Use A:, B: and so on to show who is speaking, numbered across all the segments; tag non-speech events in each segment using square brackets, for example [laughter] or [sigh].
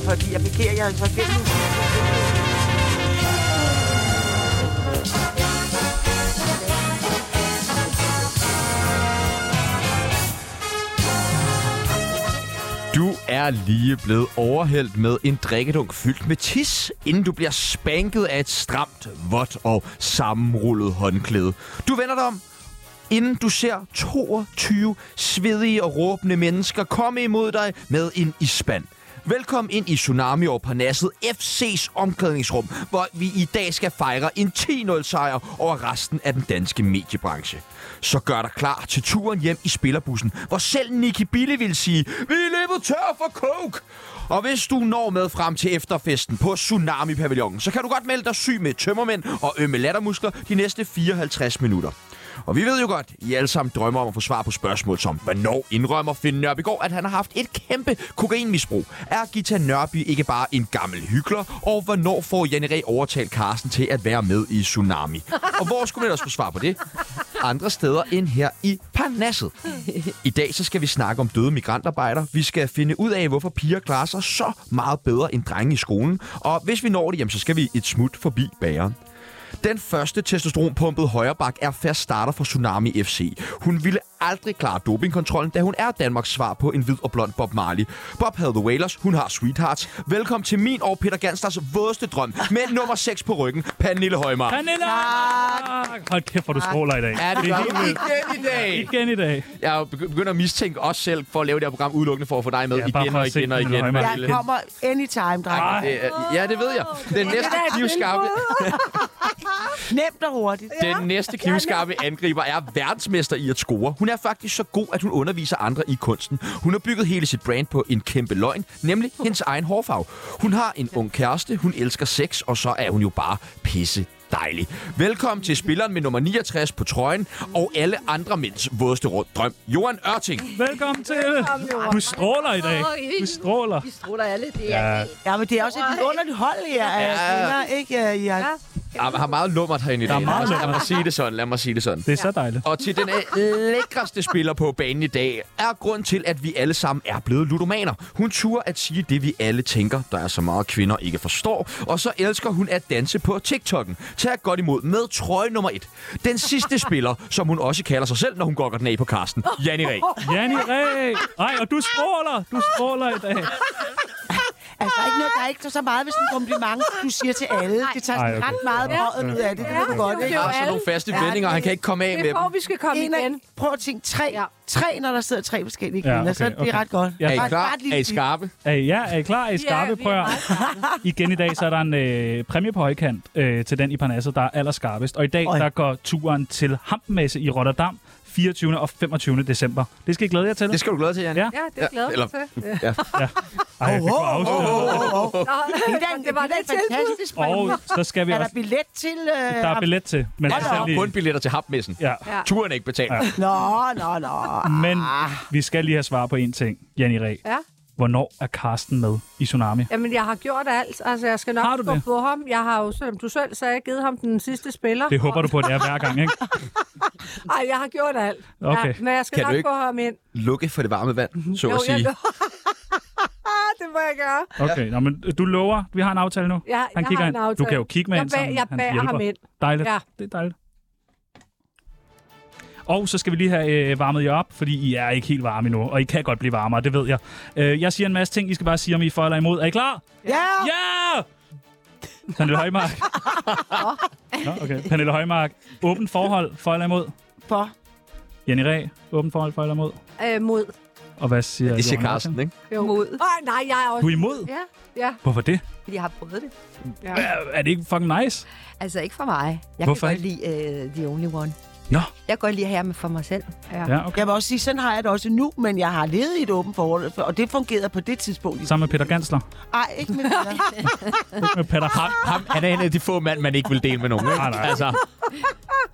A: risikerer jeg altså igen.
B: Du er lige blevet overhældt med en drikkedunk fyldt med tis, inden du bliver spanket af et stramt, vådt og sammenrullet håndklæde. Du vender dig om, inden du ser 22 svedige og råbende mennesker komme imod dig med en isband. Velkommen ind i Tsunami over Parnasset FC's omklædningsrum, hvor vi i dag skal fejre en 10-0-sejr over resten af den danske mediebranche. Så gør dig klar til turen hjem i spillerbussen, hvor selv Nicky Bille vil sige, vi er løbet tør for coke! Og hvis du når med frem til efterfesten på Tsunami-pavillonen, så kan du godt melde dig syg med tømmermænd og ømme lattermuskler de næste 54 minutter. Og vi ved jo godt, I alle sammen drømmer om at få svar på spørgsmål som, hvornår indrømmer Finn Nørbygård, at han har haft et kæmpe kokainmisbrug? Er Gita Nørby ikke bare en gammel hyggelig? Og hvornår får Janne Ræ overtalt Carsten til at være med i Tsunami? Og hvor skulle man ellers få svar på det? Andre steder end her i Parnasset. I dag så skal vi snakke om døde migrantarbejdere. Vi skal finde ud af, hvorfor piger klarer sig så meget bedre end drenge i skolen. Og hvis vi når det, jamen, så skal vi et smut forbi bageren. Den første testosteronpumpede højreback er fast starter for Tsunami FC. Hun ville aldrig klare dopingkontrollen, da hun er Danmarks svar på en hvid og blond Bob Marley. Bob havde The Wailers, hun har Sweethearts. Velkommen til min og Peter Gansters vådeste drøm med nummer 6 på ryggen, Pernille Højmark.
C: Pernille! Hold kæft, hvor du skråler i dag.
B: Ja, det gør
C: er helt
B: hun
C: vildt.
B: igen i dag.
C: Igen i dag.
B: Jeg er jo begy- begynder at mistænke os selv for at lave det her program udelukkende for at få dig med
C: Ja,
B: ja,
C: bare
B: igen
C: for at
B: og
C: se
B: igen og
C: Pernille
B: igen,
C: Højmark.
A: Jeg
B: Pernille.
A: kommer anytime, dreng.
B: Det er- Ja, det ved jeg. Den næste
A: da et
B: knivskarpe,
A: Nemt og hurtigt.
B: Den næste knivskarpe angriber er verdensmester i at score. Hun er faktisk så god, at hun underviser andre i kunsten. Hun har bygget hele sit brand på en kæmpe løgn, nemlig hendes egen hårfarve. Hun har en ung kæreste, hun elsker sex, og så er hun jo bare pisse dejlig. Velkommen til spilleren med nummer 69 på trøjen, og alle andre mænds vådeste rød drøm, Johan Ørting.
C: Velkommen til. Du stråler i dag. Du stråler.
D: Vi strutter alle. Det er
C: Ja.
A: Ja, men det er også et underligt hold, her af
B: Ja.
A: kvinder, ikke? Jeg, jeg,
B: Jeg Ah, har meget lummert herinde i dag.
C: er
B: lad,
C: meget
B: mig, lad mig
C: lummert.
B: sige det sådan, lad mig sige det sådan.
C: Det er så dejligt.
B: Og til den øh, lækreste spiller på banen i dag er grund til, at vi alle sammen er blevet ludomaner. Hun turer at sige det, vi alle tænker, der er så meget kvinder ikke forstår. Og så elsker hun at danse på TikTok'en. Tag godt imod med trøje nummer et. Den sidste spiller, som hun også kalder sig selv, når hun gokker den af på Karsten. Janni
D: [laughs]
B: Ræ.
C: Janni Ræ. Ej, og du stråler. Du stråler i dag.
A: altså, der er ikke noget, der er ikke så meget ved sådan en kompliment, du siger til alle. Det tager
C: Ej,
A: sådan
C: okay.
A: ret meget brødet ud af det, det ved du godt, ikke?
B: Han har sådan nogle faste vendinger, han kan ikke komme af
D: det,
B: med
D: er for,
B: dem.
D: vi skal komme
A: En af-
D: igen.
A: Prøv at tænke tre,
D: Ja.
A: tre, når der sidder tre forskellige
C: Ja,
A: kvinder, så er
C: okay,
A: det
C: okay.
A: ret godt.
C: Ja.
B: Er I
A: Ret-
B: klar?
A: ret lille
B: Er I
A: bid.
B: skarpe?
C: Er I, ja, er I klar? Er I
D: vi
C: skarpe?
D: er
C: Prøv at...
D: meget
C: Igen i dag, så er der en øh, præmie på højkant øh, til den i Parnasset, der er allerskarpest. Og i dag,
A: Oj.
C: der går turen til Hampmesse i Rotterdam 24. og 25. december. Det skal I glæde jer til.
B: Det skal du glæde dig til, Janni.
C: Ja.
D: Ja, det glæder
B: Eller,
D: mig til.
B: ja.
C: Ej, jeg fik
A: Åh,
C: afsløret.
A: åh, åh, åh, åh.
D: Nå, [laughs]
A: Det er da en-
D: det var
A: det er da
D: lidt
A: en fantastisk
C: Og så skal vi
A: Er der
C: også...
A: billet til... Øh,
C: Der er billet til. Men
A: Ja,
C: så
A: der
C: skal
A: er
B: Kun
C: lige...
B: billetter til hapmessen.
C: Ja.
D: Ja.
B: Turen er ikke betalt.
A: Nå, nå, nå.
C: Men vi skal lige have svar på en ting, Janni Ræ.
D: Ja.
C: Hvornår er Karsten med i Tsunami?
D: Jamen, jeg har gjort alt. Altså, jeg skal
C: Har
D: nok
C: du
D: stå
C: det?
D: på ham. Jeg har jo, selvom du selv sagde, givet ham den sidste spiller.
C: Det håber du på, at det er hver gang, ikke?
D: Nej, jeg har gjort alt.
C: Okay.
D: Ja, men jeg skal
B: Kan du
D: nok
B: ikke-
D: få ham ind.
B: Lukke for det varme vand, så
D: Jo,
B: at
D: jeg
B: sige.
D: lover. [laughs] det må jeg gøre.
C: Okay, nå, men du lover, vi har en aftale nu.
D: Ja, jeg har en
C: Du
D: aftale.
C: kan jo kigge med
D: Jeg
C: ind
D: bag-
C: sammen.
D: jeg
C: Han
D: bærer
C: hjælper.
D: ham ind.
C: Dejligt.
D: Ja.
C: Det er dejligt. Og så skal vi lige have øh, varmet jer op, fordi I er ikke helt varme endnu, og I kan godt blive varmere, det ved jeg. Øh, jeg siger en masse ting, I skal bare sige, om I er for eller imod. Er I klar?
A: Ja,
C: Ja! Pernille
D: [laughs]
C: Højmark. Nå, okay. Pernille Højmark. Åbent forhold, for eller imod?
A: for.
C: Jenny Ræ, åbent forhold, for eller imod?
D: Øh, mod.
C: Og hvad siger
B: Det siger
C: Johan
B: Carsten, ikke?
D: Jo. Mod. Ej, nej, jeg er
C: Du
D: også...
C: er imod?
E: Ja,
D: Ja,
C: Hvorfor det?
E: fordi jeg har prøvet det.
D: ja.
C: Er- Er det ikke fucking nice?
E: Altså ikke for mig. Jeg
C: Hvorfor
E: kan godt lide uh, The Only One.
C: Nå.
E: Jeg kan godt lide at have med for mig selv.
C: Ja, okay.
A: Jeg vil også sige, sådan har jeg det også nu, men jeg har levet i et åbent forhold, og det fungerede på det tidspunkt.
C: Sammen med Peter Gansler.
A: Ej, ikke med det.
C: Ikke med Peter Ham.
B: Ham, han er en af de få mand, man ikke vil dele med nogen. Ikke?
C: Nej, nej.
B: Altså,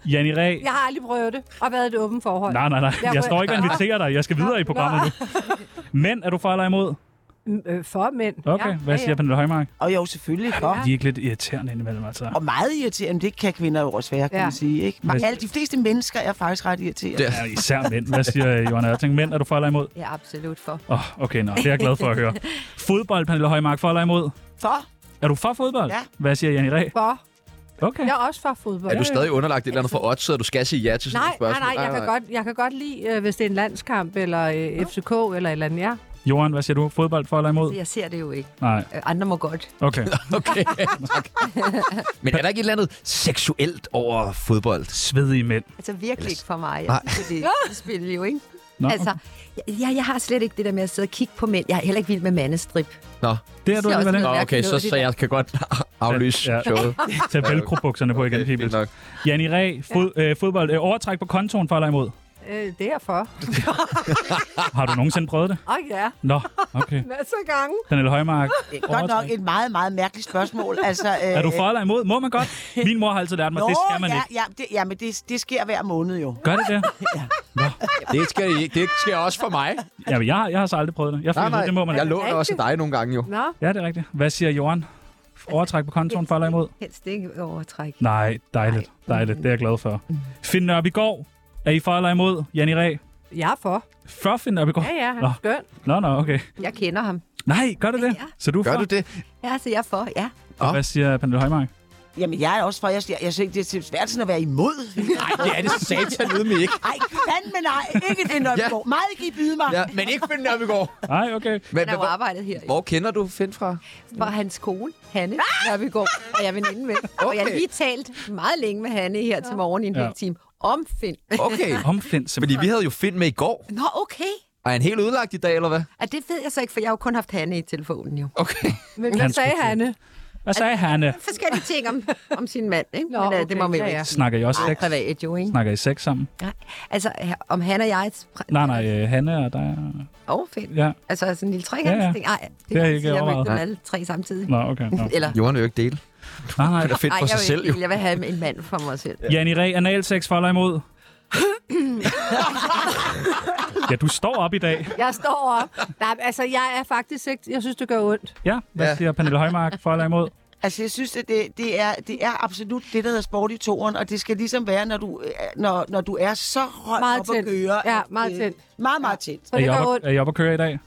C: Janni Ræ.
D: Jeg har aldrig prøvet det, og været i et åbent forhold.
C: Nej, nej, nej. Jeg
D: Jeg må-
C: står ikke og inviterer dig. Jeg skal videre i programmet nu. Men er du for eller imod?
D: Mm, øh, For mænd.
C: Okay,
D: Ja,
C: hvad
D: ja,
C: siger
D: ja.
C: Pernille Højmark?
A: Og jo, selvfølgelig for.
C: De er ikke lidt irriterende indimellem, altså.
A: Og meget irriterende, det kan kvinder jo også være, kan
D: Ja.
A: man sige. Ikke? Men
C: Hvis-
A: alle de fleste mennesker er faktisk ret irriterende.
B: det,
C: Ja, især mænd. Hvad siger øh, Johan Ørting? Mænd, er du for eller imod?
E: Jeg er absolut for.
C: [laughs] Åh, oh, okay, nå. Det er jeg glad for at høre. Fodbold, Pernille Højmark, for eller imod?
A: For?
C: Er du for fodbold?
A: Ja.
C: Hvad siger Janne Ræ?
D: For.
C: Okay.
D: Jeg er også fra fodbold.
B: Er du stadig underlagt et eller andet for odds, så du skal sige ja til sådan
D: Nej,
B: et
D: nej,
B: spørgsmål?
D: nej, jeg kan, godt, jeg kan godt lide, øh, hvis det er en landskamp, eller øh, FCK, eller et eller andet, ja.
C: Johan, hvad siger du? Fodbold for eller imod?
E: Jeg ser det jo ikke.
C: Nej,
E: Øh, Andre må godt.
C: okay.
B: Okay. Men er der ikke et eller andet seksuelt over fodbold?
C: Svedige mænd.
E: Altså virkelig
B: Ellers-
E: ikke for mig. Jeg
B: Nej.
E: synes, det er et spil jo, ikke?
C: Nå,
E: altså, jeg, jeg, jeg har slet ikke det der med at sidde og kigge på mænd. Jeg er heller ikke vild med mandestrip.
B: Nå,
C: Det er du
E: Det er
C: ikke
E: også
C: med
B: Nå
C: den.
E: mærkeligt
B: okay, så,
E: noget, det
B: så
E: der.
B: jeg kan godt [laughs] aflyse
C: Ja, ja.
B: showet.
C: [laughs] Tag velcrobukserne på igen,
B: Okay, fint
C: Pibels.
B: nok.
C: Janne Ræ, fod, øh, fodbold. Øh, overtræk på kontoen for eller imod?
D: Øh, det er jeg [laughs] for.
C: Har du nogensinde prøvet det?
D: Åh oh, ja,
C: Nå, okay.
D: masser af gange.
C: Pernille Højmark.
A: Det er godt nok
C: overtræk.
A: et meget, meget mærkeligt spørgsmål. Altså, øh,
C: Er du for eller imod? Må man
A: [laughs]
C: godt? Min mor har altid lært mig,
A: Nå,
C: det skal man
A: ja,
C: ikke.
A: Ja, det, ja, men det, det sker hver måned jo.
C: Gør det det?
B: Det skal, I- det skal også for mig.
C: Ja, jeg, har- jeg har så aldrig prøvet det. Jeg
B: Nej,
C: føler, det må
B: nej,
C: man
B: jeg
C: ikke.
B: låner også dig nogle gange jo.
D: Nå,
C: Ja, det er rigtigt. Hvad siger Johan? Overtræk på kontoen for eller imod?
E: Helst ikke overtræk.
C: Nej, dejligt. Dejligt. Det er jeg glad for.
A: Mm.
C: Finn Nørbegaard. Er I for eller imod? Janne Ræ.
D: jeg er for.
C: For Finn Nørbegaard?
D: Ja, ja, han
C: Nå.
D: er skøn.
C: Nå, nå, okay.
E: Jeg kender ham.
C: Nej, gør du det?
E: Ja.
C: Så du er
B: Gør
C: for?
B: du det?
E: Ja, så jeg er for, ja.
C: Og Hvad siger Pernille Højmark?
A: Jamen, jeg er også for, jeg, jeg, jeg synes, det er svært sådan at være imod.
B: Nej, det er det satan med ikke.
A: Ej, fandme nej. Ikke det, når
B: Ja.
A: ja. går. Meget kan I byde mig.
B: Ja, men ikke Finn Nørbegaard.
C: Nej, okay.
B: Men,
E: Han har
B: men,
E: jo
B: hvor,
E: arbejdet her.
B: hvor kender du Finn fra?
E: For hans kone, Hanne Nørbegaard, er jeg veninde med. Og jeg har lige talt meget længe med Hanne her til morgen i en
C: Ja.
E: ja. hel time. Om Finn.
B: Okay.
C: Om Finn, simpelthen.
B: Fordi vi havde jo Finn med i går.
E: Nå, okay.
B: Er han helt udlagt i dag, eller hvad?
E: Og det ved jeg så ikke, for jeg har jo kun haft Hanne i telefonen jo.
B: Okay.
D: Men hvad
C: Han
D: sagde
C: skulle
D: Hanne?
C: Hvad sagde
D: Altså-
C: Hanne?
E: Forskellige ting om, om sin mand, ikke?
D: Nå,
E: Men øh,
D: okay.
E: det må man jo
D: Ja, ja.
E: ikke sige.
C: Snakker I også sex?
E: Privat jo, ikke?
C: Snakker I sex sammen?
E: Nej. Altså, ha- om han og jeg... er et pri-
C: Nej, nej, øh, Hanne og dig.
E: Og Finn.
C: Ja,
E: Altså, sådan en lille tre
C: Ja, ja.
E: ja, ting. Nej, det,
C: har
E: det
C: jeg
E: er
C: ikke
E: ikke jeg
C: overvejet.
E: ikke dem alle tre samtidig.
C: nå, okay. Nå.
E: Eller,
B: Johan vil jo ikke dele.
C: Nej, nej.
B: Han er fedt
E: nej,
B: for
E: jeg,
B: sig
E: vil
B: selv,
E: ikke
B: jo.
E: dele. jeg vil have en mand for mig selv.
C: Janne Ræ, analsex for eller imod? ja, du står op i dag.
D: Jeg står op. Nej, altså, jeg er faktisk ikke... Jeg synes, det gør ondt.
C: Ja, hvad
B: Ja.
C: siger Pernille Højmark for eller imod?
A: Altså, jeg synes, at det, det, er, det er absolut det, der hedder sport i toren, og det skal ligesom være, når du, øh, når, når du er så højt
D: Meget
A: op at
D: tændt.
A: køre.
D: Ja,
A: at,
D: meget
A: øh,
D: tændt.
A: Meget, meget tændt.
D: For
C: Er
D: det
C: I
D: gør
C: oppe,
D: ondt.
C: er I oppe at køre i dag?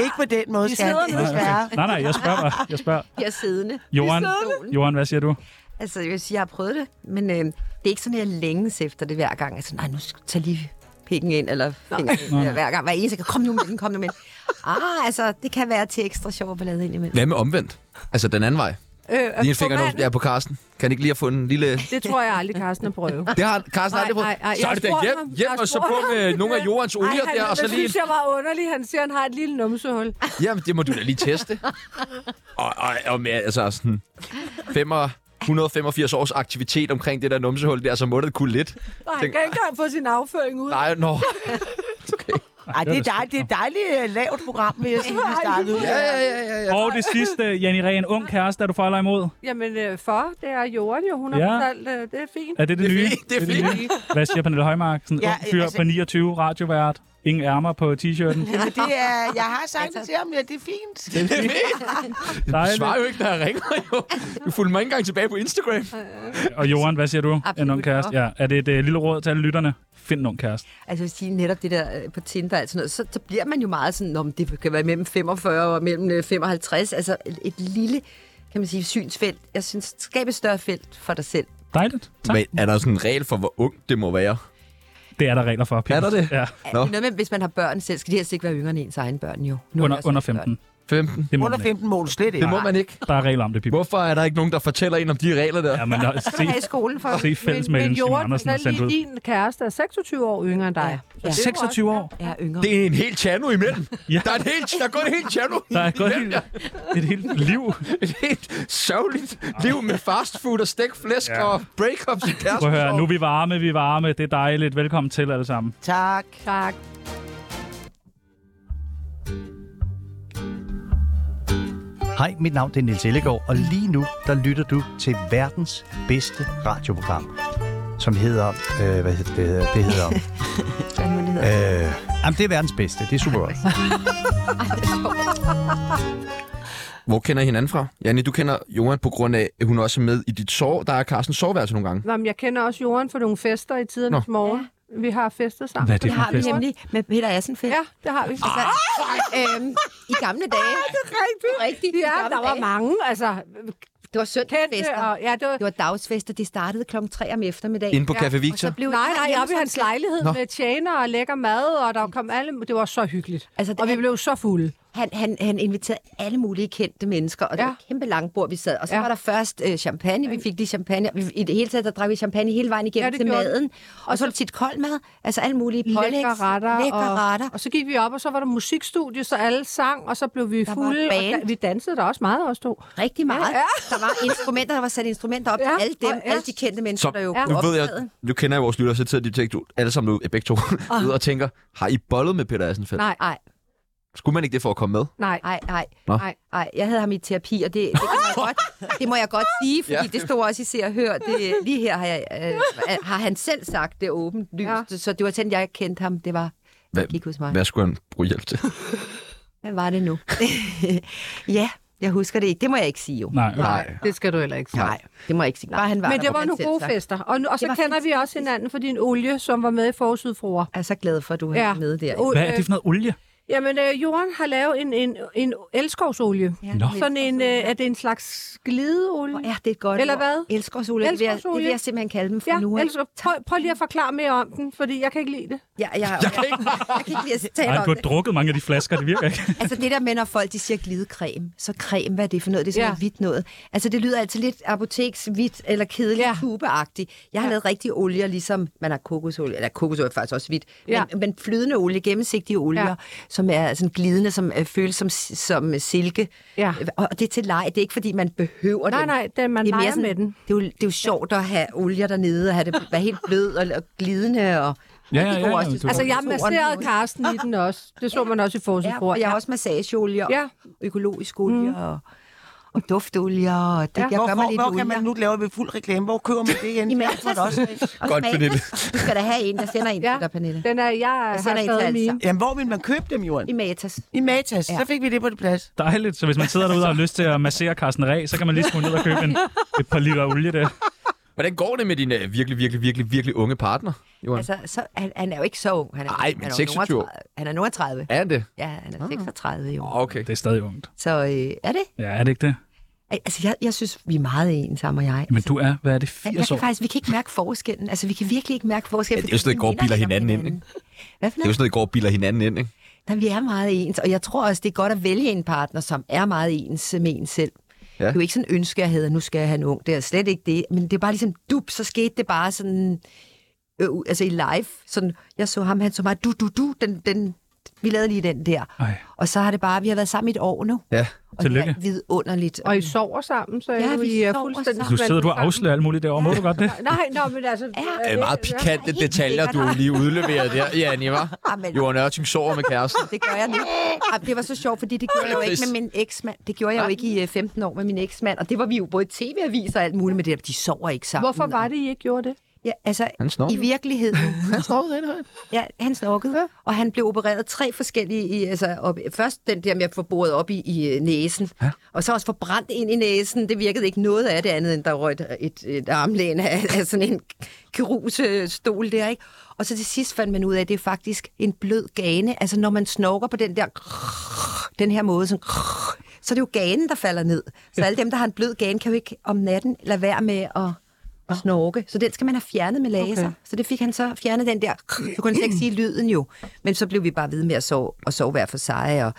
A: Ikke på den måde,
D: Vi
A: skal
D: sidder nu.
A: desværre.
C: Nej, nej, jeg spørger bare. Jeg spørger.
E: Jeg er siddende.
C: Johan,
E: Pistolen.
C: Johan, hvad siger du?
E: Altså, jeg vil sige, jeg har prøvet det, men øh, det er ikke sådan, at jeg længes efter det hver gang. Altså, nej, nu skal du tage lige pikken ind, eller fingeren ind, øh, hver gang. Hver eneste gang, kom nu med den, kom nu med den. Ah, altså, det kan være til ekstra sjov ballade ind imellem.
B: Hvad med omvendt? Altså den anden vej.
D: Øh,
B: Lige en
D: på
B: finger nu.
D: mandag-
B: Jeg er på Karsten. Kan han ikke lige at få en lille...
D: Det tror jeg aldrig, Carsten har [laughs] prøvet.
B: Det har Carsten
D: Ej,
B: aldrig
D: ej, ej,
B: prøvet. Så
D: jeg
B: er det der
D: spurgte
B: hjem,
D: ham.
B: hjem
D: Jeg
B: og så på
D: spurgte
B: med
D: ham.
B: nogle af jordens olier
D: han,
B: der, og så
D: det
B: lige en
D: synes jeg var underligt. Han siger, han har et lille [laughs] numsehul.
B: Jamen, det må du da lige teste. og, og, og med altså sådan fem og- 185 års aktivitet omkring det der numsehul der, så må det kunne lidt.
D: Og han
B: Tænk-
D: kan ikke engang få sin afføring ud.
B: Nej, nå.
A: Ej, det er dejligt, det er et dejligt øh, lavt program, vil jeg sige, vi startede ud.
B: Ja, ja, ja, ja. ja.
C: Og det sidste, Janne Ræ, en ung kæreste, er du for eller imod?
D: Jamen, øh, for, det er jorden jo. Hun har
C: Ja.
D: fortalt, øh, det er fint.
C: Er det det,
B: Det er
C: nye?
B: fint, det er fint.
C: nye? Hvad siger Pernille Højmark? Sådan en
A: Ja,
C: ung fyr
A: altså-
C: på 29, radiovært, ingen ærmer på t-shirten.
A: Men Øh, det er, jeg har sagt
D: Altså.
A: det til ham, ja, det er fint.
B: Du
C: Dejligt.
B: svarer jo ikke, når jeg ringer jo. Du fulgte mig ikke engang tilbage på Instagram.
C: Og Johan, hvad siger du?
E: Absolut
C: En ung kæreste? Ja. Er det et øh, lille råd til alle lytterne? Find en ung kæreste.
E: Altså, jeg vil sige, netop det der øh, på Tinder, altså noget, så, så bliver man jo meget sådan, om det kan være mellem 45 og mellem øh, 55. Altså, et, et lille, kan man sige, synsfelt. Jeg synes, skab et større felt for dig selv.
C: Dejligt. Tak. Men...
B: er der sådan en regel for, hvor ung det må være?
C: Det er der regler for. Pibels.
B: Er der det?
C: Ja.
B: Nå.
E: Nå. Det er noget med, hvis man har børn selv, skal de helst ikke være yngre end ens egen børn, jo. Nu er jeg
C: Under,
E: også
C: under
E: selv
C: 15.
B: 15.
C: Det må
A: Under
C: man ikke.
A: 15 mål slet ikke.
B: Det må man ikke.
C: Der er regler om det, Pibels.
B: Hvorfor er der ikke nogen, der fortæller en om de regler der?
C: Ja, men der, se,
E: Her i skolen for...
C: se fællesmailen, Simon
D: jorden,
C: Andersen har sendt
D: lige
C: ud.
D: din kæreste er 26 år yngre end dig. Så
E: Ja.
D: det er jo også-
C: 26 år.
E: Jeg er yngre.
B: Det er en hel channel imellem.
C: [laughs] Ja.
B: Der er, en hel, der er gået en hel channel.
C: Der er gået et, et helt
B: [laughs]
C: liv.
B: et helt sørgeligt liv med fast food og stegt flæsk
C: Ja.
B: ja. og breakups i kæresten.
C: [laughs] Prøv at høre, nu er vi varme, vi er varme. Det er dejligt. Velkommen til alle sammen.
A: Tak.
D: Tak.
F: Hej, mit navn det er Nils Ellegaard, og lige nu der lytter du til verdens bedste radioprogram, som hedder... Øh, hvad hedder det? Det hedder... øh, jamen, det er verdens bedste. Det er super godt.
B: Hvor kender I hinanden fra? Janne, du kender Johan på grund af, at hun også er med i dit sår. Der er Carsten soveværelse nogle gange.
D: Nå, men jeg kender også jorden for nogle fester i tidernes morgen. vi har festet sammen.
C: Hvad er det
E: Det
C: for
E: har
C: en
E: vi
C: fest?
E: nemlig med Peter Assenfeldt.
D: Ja, det har vi.
E: Altså, øhm, I gamle dage. Rigtigt. Rigtigt. i
D: Ja,
E: gamle
D: der var
E: dage.
D: mange, altså
E: Det var
D: kendte,
E: søndagsfester.
D: og ja, det var
E: Det var dagsfester. De startede klokken 3 om eftermiddagen.
B: Inde på Café Victor?
E: blev
D: Nej,
E: jeg
D: nej,
E: hjemme
D: oppe i
E: som
D: hans
E: gæst.
D: lejlighed
B: Nå.
D: Nå. med tjener og lækker mad, og der kom alle... Det var så hyggeligt.
E: Altså, det
D: og vi
E: er-
D: blev så fulde.
E: Han, han, han inviterede alle mulige kendte mennesker, og det
D: Ja.
E: var et kæmpe langbord, vi sad. Og så
D: Ja.
E: ja. var der først øh, champagne, vi fik lige champagne. Vi, I det hele taget, der drak vi champagne hele vejen
D: Ja,
E: igennem
D: det
E: til
D: gjorde vi.
E: maden. Og så var det tit kold mad, altså alle mulige pålæg.
D: Lækre retter.
E: Lækre
D: og,
E: retter.
D: Og så gik vi op, og så var der musikstudie, så alle sang, og så blev vi
E: var
D: fulde.
E: et band.
D: Og da, vi dansede der også meget, os to.
E: Rigtig meget.
D: Ja.
E: Ja. Der var instrumenter, der var sat instrumenter op ja.
D: Ja,
E: til alle dem,
D: og- ja.
E: alle de kendte mennesker,
B: Så
E: der jo
D: Ja.
E: ja.
B: nu ved jeg, nu kender jeg vores lytter, så sidder de tænkt, alle sammen nu, begge to,
E: Ah.
B: [laughs] ud og tænker, har I bollet med Peter Assenfeldt?
D: Nej,
E: Nej,
B: Skulle man ikke det for at komme med?
D: nej.
E: nej, nej.
B: Nå.
E: Nej, nej, jeg havde ham i terapi, og det, det, kan jeg godt, det må jeg godt sige, fordi
B: Ja.
E: ja. det stod også i Se og Hør. Det, lige her har, jeg, øh, har han selv sagt det åbent lyst,
D: Ja.
E: ja. så det var sådan, jeg kendte ham. Det var,
B: Hvad-
E: jeg kan ikke huske mig.
B: Hvad skulle han bruge hjælp til?
E: Hvad var det nu? [laughs] ja, jeg husker det ikke. Det må jeg ikke sige jo.
C: Nej, okay.
D: Nej, det skal du heller ikke sige.
E: Nej, det må jeg ikke sige. Bare han var
D: Men
E: der,
D: det var
E: han
D: nogle
E: selv
D: gode
E: sagt.
D: fester. Og, nu, og så
E: Det var
D: kender vi også hinanden for din olie, som var med i Forsydfruer.
E: Jeg er så glad for, at du er
D: Ja.
E: med der.
D: O-
C: Hvad er det for noget olie?
D: Øh, jamen, øh, Johan har lavet en, en, en elskovsolie.
E: Ja,
C: Nå.
D: Sådan en, øh, er det en slags glideolie?
E: Ja, det er et godt
D: Eller
E: ord.
D: hvad?
E: Elskovsolie. Det vil jeg- det
D: Elskovsolie.
E: vil jeg simpelthen kalde dem for
D: Ja,
E: nu. af.
D: elsker. Prøv, prøv lige at forklare mere om den, fordi jeg kan ikke lide det.
E: Ja, jeg, jeg, kan ikke, jeg kan ikke lide at tale
C: Nej,
E: om
C: du
E: det.
C: har drukket mange af de flasker, det virker ikke.
E: Altså det der med, når folk de siger glidecreme, så creme, hvad er det for noget? Det er sådan
D: Ja.
E: ja. hvidt noget. Altså det lyder altid lidt apotekshvidt eller kedeligt
D: Ja.
E: ja. tubeagtigt. Jeg har
D: Ja.
E: ja. lavet rigtige olier, ligesom man har kokosolie, eller kokosolie er faktisk også hvidt,
D: Ja.
E: ja. men, men flydende olie, gennemsigtige olier,
D: Ja.
E: ja. som er sådan glidende, som øh, føles som, som øh, silke.
D: Ja.
E: Og det er til leg, det er ikke fordi, man behøver
D: Nej,
E: dem.
D: nej, den, man
E: Det er mere
D: leger med den.
E: Det er, jo, det er jo sjovt at have olier dernede, og have det være helt blød og, og glidende. Og,
C: Ja, ja,
E: Det
C: ja,
E: går
C: ja,
E: også til
C: du-
E: skolen.
D: Altså, jeg
E: Toren
D: masserede
E: nu.
D: Karsten i den også. Det så man også i
E: Ja,
D: Forsøgsbror.
E: og jeg har også massageolier,
D: Ja.
E: ja. økologisk olie mm. og, og duftolier. Og det,
D: Ja.
E: ja. Jeg
A: Hvor,
E: gør mig
A: hvor,
E: lidt
A: hvor kan man
E: olier.
A: nu lave med fuld reklame? Hvor køber man det hen? Jeg tror det også.
E: Og
B: Godt,
E: smager.
B: Pernille.
E: Du skal da have en, der sender en
D: Ja.
E: ja. til dig, Pernille.
D: Den er, jeg har
E: Jeg sender en til
D: stadig
E: alle
D: mine.
E: sammen.
A: Jamen, hvor vil man købe dem, Johan?
E: I Matas.
A: I Matas. Ja. Så fik vi det på det plads.
C: Dejligt. Så hvis man sidder derude og har lyst til at massere Carsten Ræ, så kan man lige smutte ned og købe en, et par liter olie der.
B: [laughs] Hvordan går det med din øh, virkelig, virkelig, virkelig, virkelig unge partner, Johan? Altså,
E: Altså, så, han, han er jo ikke så ung. Han er,
B: Ej, men
E: han er jo
B: 26 år.
E: 32. Han er 32.
B: er han det? Ah,
E: Ja, han
A: Ah.
E: er 36 jo.
B: Okay.
C: Det er stadig ungt.
E: Så øh, er det?
C: Ja, er det ikke det?
E: Altså, jeg, jeg synes, vi er meget ens, ham og jeg. Altså,
C: Men du er, hvad er det,
E: Jeg, jeg
C: 80
E: kan
C: år?
E: faktisk, vi kan ikke mærke forskellen. Altså, vi kan virkelig ikke mærke forskellen.
B: Ja, det er jo sådan noget,
E: fordi
B: I går og
E: vi minder
B: bilder
E: lidt om
B: hinanden ind,
E: Hvad for
B: Det er jo
E: noget?
B: sådan noget, I går og bilder hinanden ind, ikke?
E: Nej, vi er meget ens, og jeg tror også, det er godt at vælge en partner, som er meget ens med en selv. Ja. Det er jo ikke sådan et ønske, jeg havde, at nu skal jeg have en ung. Det er slet ikke det. Men det er bare ligesom, dup, så skete det bare sådan, øh, altså i live. Sådan, jeg så ham, han så mig, du, du, du, den, den, vi lavede lige den der.
C: Ej,
E: Og så har det bare, vi har været sammen i et år nu.
B: Ja.
E: Og
C: Tillykke.
E: det er vidunderligt.
D: Og I sover sammen, så
E: Ja,
D: I
E: vi
D: er
E: sover
D: fuldstændig
E: sammen.
C: Du sidder du og
D: sammen.
C: afslører alt muligt derovre. Må du
E: [laughs]
C: godt det?
D: Nej, nå, men altså...
B: Det er meget pikante
E: helt
B: detaljer, du
E: sikkert.
B: lige udleverer der, Janne, var.
E: Amen.
B: Johan Ørting sover med kæresten.
E: Det gør jeg nu. Ej, Det var så sjovt, fordi det gjorde jeg jo ikke med min eksmand. Det gjorde jeg jo ikke i øh, 15 år med min eksmand. Og det var vi jo både i tv-aviser og alt muligt med det der. De sover ikke sammen.
D: Hvorfor var det, I ikke gjorde det?
E: Ja, altså,
B: Han
E: i
B: snorker.
E: virkeligheden. han snorkede Ja, han snorkede. Ja. Og han blev opereret tre forskellige... i- Altså, op, først den der med at få boret op i, i øh, næsen. Ja. Og så også forbrændt ind i næsen. Det virkede ikke noget af det andet, end der røg et, et, et armlæn af, af sådan en kirurgstol der, ikke? Og så til sidst fandt man ud af, at det er faktisk en blød gane. Altså, når man snorker på den der... Den her måde, sådan... Så er det jo ganen, der falder ned. Så alle dem, der har en blød gane, kan jo ikke om natten lade være med at og snorke. Så den skal man have fjernet med laser. Okay. Så det fik han så fjernet den der... Du kunne slet ikke sige lyden jo. Men så blev vi bare ved med at sove, og sove hver for sig. Og